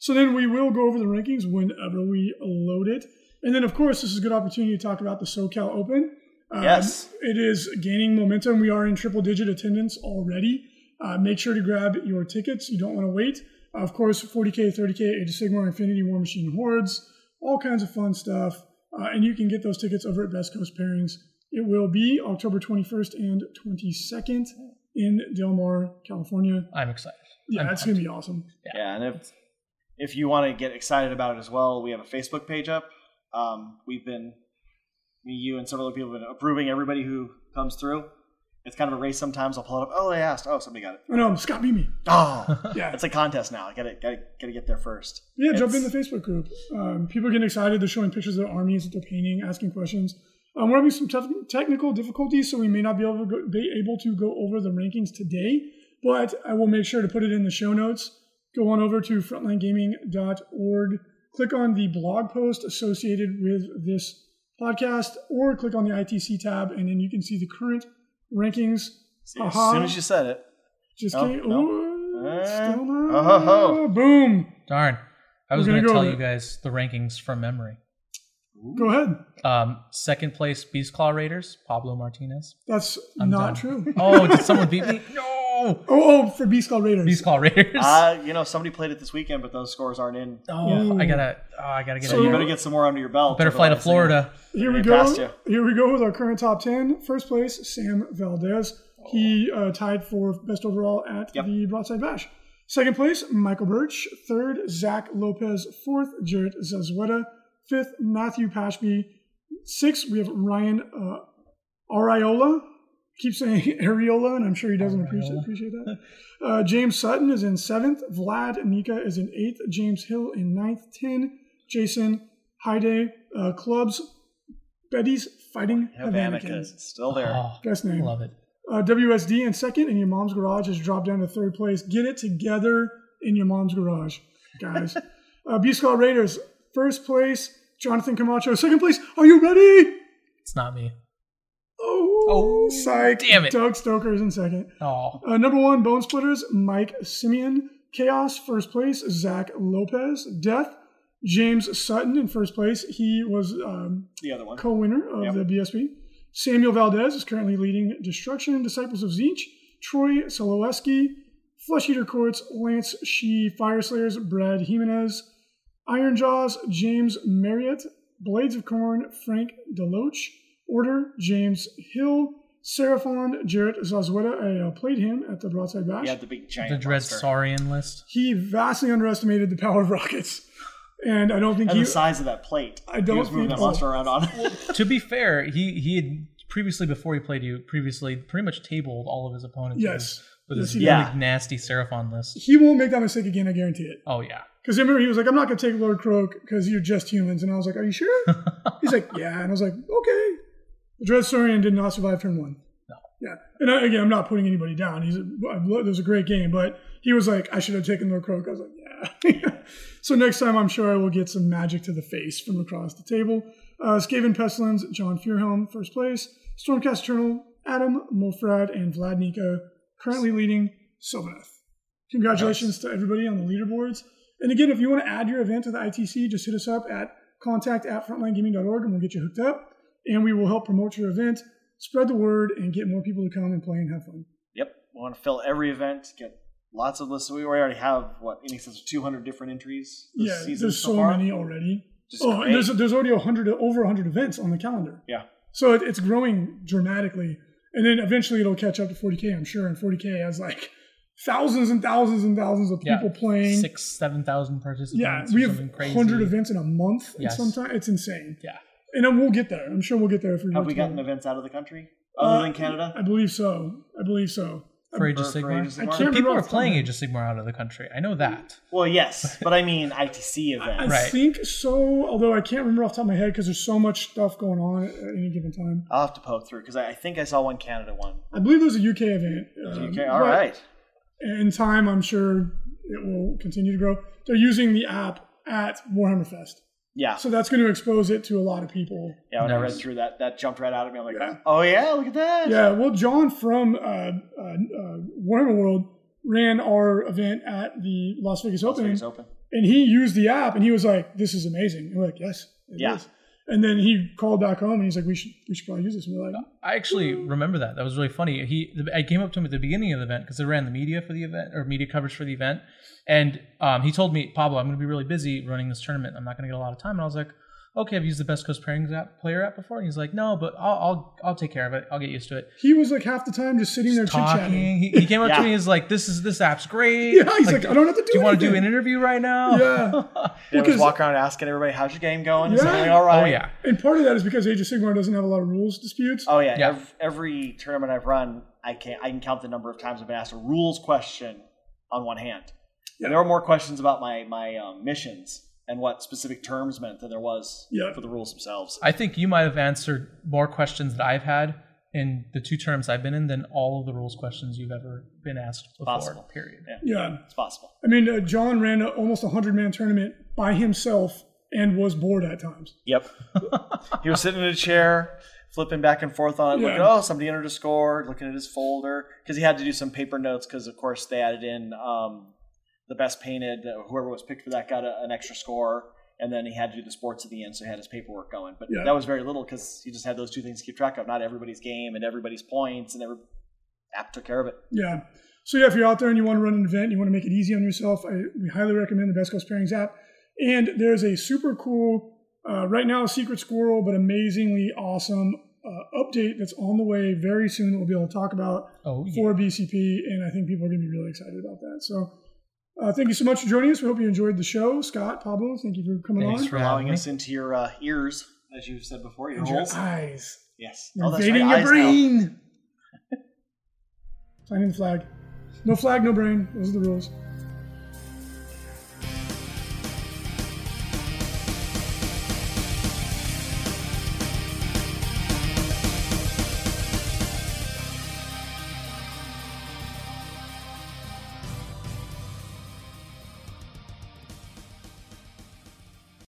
Speaker 2: So then we will go over the rankings whenever we load it. And then, of course, this is a good opportunity to talk about the SoCal Open. Um,
Speaker 3: Yes.
Speaker 2: It is gaining momentum. We are in triple digit attendance already. Uh, make sure to grab your tickets. You don't want to wait. Of course, 40K, 30K, Age of Sigmar, Infinity, War Machine Hordes, all kinds of fun stuff. Uh, and you can get those tickets over at Best Coast Pairings. It will be October 21st and 22nd in Del Mar, California.
Speaker 4: I'm excited.
Speaker 2: Yeah,
Speaker 4: I'm
Speaker 2: that's going to be awesome.
Speaker 3: yeah. and if if you want to get excited about it as well we have a facebook page up um, we've been me you and several other people have been approving everybody who comes through it's kind of a race sometimes i'll pull it up oh they asked oh somebody got it
Speaker 2: Oh, no, Scott beat me.
Speaker 3: oh
Speaker 2: Yeah.
Speaker 3: it's a contest now i gotta gotta, gotta get there first
Speaker 2: Ah. Yeah, jump in
Speaker 3: It's-
Speaker 2: the Facebook group. Um, people are getting excited. They're showing pictures of their armies that they're painting, asking questions. Um, we're having some tough technical difficulties, so we may not be able, to go, be able to go over the rankings today, but I will make sure to put it in the show notes. Go on over to frontlinegaming.org, click on the blog post associated with this podcast, or click on the ITC tab, and then you can see the current rankings.
Speaker 3: See, as soon as you said it
Speaker 2: Just
Speaker 3: No,
Speaker 2: kidding.
Speaker 3: no.
Speaker 2: Ooh,
Speaker 3: Eh,
Speaker 2: still not.
Speaker 3: oh, ho, ho.
Speaker 2: Boom.
Speaker 4: Darn. I was
Speaker 2: We're gonna
Speaker 4: going to
Speaker 2: go
Speaker 4: tell
Speaker 2: with
Speaker 4: you
Speaker 2: it.
Speaker 4: guys the rankings from memory.
Speaker 2: Go ahead.
Speaker 4: Um, second place, Beast Claw Raiders, Pablo Martinez.
Speaker 2: That's
Speaker 4: I'm
Speaker 2: not
Speaker 4: done.
Speaker 2: true. Oh,
Speaker 4: Oh, did someone beat me? No.
Speaker 2: oh, for Beast Call Raiders.
Speaker 4: Beast Claw Raiders.
Speaker 3: Uh, you know, somebody played it this weekend, but those scores aren't in.
Speaker 4: oh, I gotta, oh, I gotta get.
Speaker 3: So
Speaker 4: it.
Speaker 3: you better get some more under your belt.
Speaker 4: better fly to
Speaker 3: otherwise-
Speaker 4: Florida.
Speaker 2: Here we
Speaker 3: They
Speaker 2: go.
Speaker 3: passed ya.
Speaker 2: Here we go with our current top 10. First place, Sam Valdez. He uh, tied for best overall at
Speaker 3: Yep.
Speaker 2: the Broadside Bash. Second place, Michael Birch. Third, Zach Lopez. Fourth, Jarrett Zazueta. Fifth, Matthew Pashby. Sixth, we have Ryan uh, Ariola. keep saying Areola, and I'm sure he doesn't appreciate, appreciate that. Uh, James Sutton is in seventh. Vlad Nika is in eighth. James Hill in ninth. Ten. Jason Hyde uh, clubs. Betty's fighting
Speaker 3: Havanica
Speaker 2: Havanicas.
Speaker 3: still there.
Speaker 4: Oh,
Speaker 2: Best name.
Speaker 4: love it.
Speaker 2: Uh, WSD in second, and your mom's garage has dropped down to third place. Get it together in your mom's garage, guys. uh, B Skull Raiders first place. Jonathan Camacho second place. Are you ready?
Speaker 4: It's not me.
Speaker 2: Oh,
Speaker 4: Oh,
Speaker 2: psych!
Speaker 4: damn it.
Speaker 2: Doug Stoker is in second.
Speaker 4: Oh,
Speaker 2: Uh, number one, Bone Splitters, Mike Simeon. Chaos, first place, Zach Lopez. Death, James Sutton in first place. He was um,
Speaker 3: The other one.
Speaker 2: co winner of
Speaker 3: Yep.
Speaker 2: the BSB. Samuel Valdez is currently leading Destruction, Disciples of Zeech. Troy Soloweski, Flesh Eater Courts, Lance Shee, Fire Slayers, Brad Jimenez, Iron Jaws, James Marriott, Blades of Corn, Frank Deloach, Order, James Hill, Seraphon, Jarrett Zazueta. I uh, played him at the Broadside Bash.
Speaker 3: He had the big giant.
Speaker 4: the Dread
Speaker 3: monster.
Speaker 4: Saurian list.
Speaker 2: He vastly underestimated the power of rockets. And I don't think
Speaker 3: And
Speaker 2: he.
Speaker 3: the size of that plate.
Speaker 2: I don't
Speaker 3: he was moving
Speaker 2: think-
Speaker 3: that monster
Speaker 2: oh.
Speaker 3: around on.
Speaker 4: to be fair, he he had previously before he played you previously pretty much tabled all of his opponents. with
Speaker 2: Yes.
Speaker 4: his- with his
Speaker 2: Yes, he
Speaker 4: really
Speaker 3: did.
Speaker 4: nasty Seraphon list.
Speaker 2: He won't make that mistake again, I guarantee it.
Speaker 4: Oh yeah,
Speaker 2: Because remember, he was like, I'm not going to take Lord Croak because you're just humans. And I was like, Are you sure? He's like, Yeah. And I was like, Okay. The Dread Saurian did not survive turn one.
Speaker 4: No.
Speaker 2: Yeah. And I, again, I'm not putting anybody down. He's a, I lo- it was a great game, but he was like, I should have taken Lord Croak. I was like, Yeah. so next time, I'm sure I will get some magic to the face from across the table. Uh, Skaven Pestilence, John Fearhelm, first place. Stormcast Eternal, Adam, Mofrad, and Vlad Nika, currently leading Sylvaneth. Congratulations to everybody on the leaderboards. And again, if you want to add your event to the ITC, just hit us up at contact at frontlinegaming.org and we'll get you hooked up. And we will help promote your event, spread the word, and get more people to come and play and have fun.
Speaker 3: Yep. We want to fill every event, get lots of lists. We already have, what, in excess of 200 different entries this
Speaker 2: yeah,
Speaker 3: season
Speaker 2: there's so,
Speaker 3: far.
Speaker 2: many already.
Speaker 3: Which is
Speaker 2: Oh,
Speaker 3: great.
Speaker 2: and there's, there's already 100, over 100 events on the calendar.
Speaker 3: yeah.
Speaker 2: So it, it's growing dramatically. And then eventually it'll catch up to 40K, I'm sure. And 40K has like thousands and thousands and thousands of
Speaker 4: yeah.
Speaker 2: people playing.
Speaker 4: six seven thousand participants.
Speaker 2: yeah,
Speaker 4: or
Speaker 2: we have
Speaker 4: something crazy.
Speaker 2: 100 events in a month.
Speaker 4: Yes.
Speaker 2: Sometimes it's insane.
Speaker 4: Yeah,
Speaker 2: And then we'll get there. I'm sure we'll get there if we
Speaker 3: Have
Speaker 2: work
Speaker 3: we
Speaker 2: together.
Speaker 3: gotten events out of the country? Other
Speaker 2: Uh,
Speaker 3: than Canada?
Speaker 2: I believe so. I believe so.
Speaker 4: for Age of
Speaker 3: For- for Age of
Speaker 4: Sigmar.
Speaker 2: I
Speaker 3: Sigmar?
Speaker 2: can't remember
Speaker 4: People are
Speaker 2: off the top of
Speaker 4: playing
Speaker 2: my-
Speaker 4: Age of Sigmar out of the country. I know that.
Speaker 3: Well, yes, but I mean ITC
Speaker 2: I
Speaker 3: events.
Speaker 4: Right.
Speaker 2: think so, although I can't remember off the top of my head because there's so much stuff going on at any given time.
Speaker 3: I'll have to poke through because I, I think I saw one Canada one.
Speaker 2: I believe there's a UK event. um,
Speaker 3: Okay, all
Speaker 2: but
Speaker 3: right.
Speaker 2: In time, I'm sure it will continue to grow. They're using the app at Warhammer Fest.
Speaker 3: Yeah.
Speaker 2: So that's going to expose it to a lot of people.
Speaker 3: Yeah, when I read
Speaker 4: Nice.
Speaker 3: through that, that jumped right out at me. I'm like,
Speaker 2: Yeah.
Speaker 3: oh yeah, look at that.
Speaker 2: Yeah, well, John from uh, uh, uh, Warhammer World ran our event at the Las Vegas
Speaker 3: So
Speaker 2: Open.
Speaker 3: it's open.
Speaker 2: and he used the app and he was like, "This is amazing." And we're like, "Yes, it is."
Speaker 3: Yeah.
Speaker 2: And then he called back home and he's like, "We should we should probably use this." And we're like,
Speaker 4: I actually remember that. That was really funny. He, I came up to him at the beginning of the event because I ran the media for the event or media coverage for the event, and um, he told me, Pablo, I'm going to be really busy running this tournament. I'm not going to get a lot of time. And I was like, Okay, I've used the Best Coast Pairings app, player app before, and he's like, No, but I'll, I'll, I'll take care of it. I'll get used to it.
Speaker 2: he was like half the time just sitting there chit chatting.
Speaker 4: Talking. He, he came up
Speaker 3: Yeah.
Speaker 4: to me. He's like, This is this app's great.
Speaker 2: Yeah, he's like, "I don't have to do."
Speaker 4: Do you want to do an
Speaker 2: anything."
Speaker 4: interview right now?
Speaker 2: Yeah.
Speaker 3: They
Speaker 2: Because-
Speaker 3: just walk around asking everybody, "How's your game going?" Is
Speaker 2: Yeah.
Speaker 3: everything all right?
Speaker 4: Oh yeah.
Speaker 2: And part of that is because Age of Sigmar doesn't have a lot of rules disputes.
Speaker 3: Oh yeah.
Speaker 4: Yeah.
Speaker 3: Ev- every tournament I've run, I can I can count the number of times I've been asked a rules question on one hand.
Speaker 2: Yeah.
Speaker 3: And there were more questions about my my um, missions and what specific terms meant than there was
Speaker 2: Yeah.
Speaker 3: for the rules themselves.
Speaker 4: I think you might have answered more questions that I've had in the two terms I've been in than all of the rules questions you've ever been asked before.
Speaker 3: Possible.
Speaker 4: Period.
Speaker 3: Yeah.
Speaker 2: Yeah,
Speaker 3: It's possible.
Speaker 2: I mean, uh, John ran a, almost a hundred man tournament by himself and was bored at times.
Speaker 3: Yep. he was sitting in a chair, flipping back and forth on it,
Speaker 2: Yeah.
Speaker 3: looking, oh, somebody entered a score, looking at his folder. Because he had to do some paper notes, because of course they added in um, the best painted, uh, whoever was picked for that got a, an extra score. And then he had to do the sports at the end, so he had his paperwork going. But
Speaker 2: Yeah.
Speaker 3: that was very little because he just had those two things to keep track of not everybody's game and everybody's points, and every app took care of it.
Speaker 2: Yeah. So yeah, if you're out there and you want to run an event, you want to make it easy on yourself, I, we highly recommend the Best Coast Pairings app. And there's a super cool, uh, right now, Secret Squirrel, but amazingly awesome uh, update that's on the way very soon that we'll be able to talk about
Speaker 4: Oh yeah.
Speaker 2: for BCP. And I think people are going to be really excited about that. So uh, thank you so much for joining us. We hope you enjoyed the show. Scott, Pablo, thank you for coming
Speaker 4: Thanks
Speaker 2: on.
Speaker 4: for
Speaker 3: Allowing
Speaker 4: having me.
Speaker 3: us into your uh, ears, as you said before, your
Speaker 2: And your
Speaker 3: holes.
Speaker 2: eyes.
Speaker 3: Yes.
Speaker 2: We're
Speaker 3: that's
Speaker 2: invading
Speaker 3: right,
Speaker 2: your
Speaker 3: eyes now.
Speaker 2: brain. Planting the flag. No flag, no brain. Those are the rules.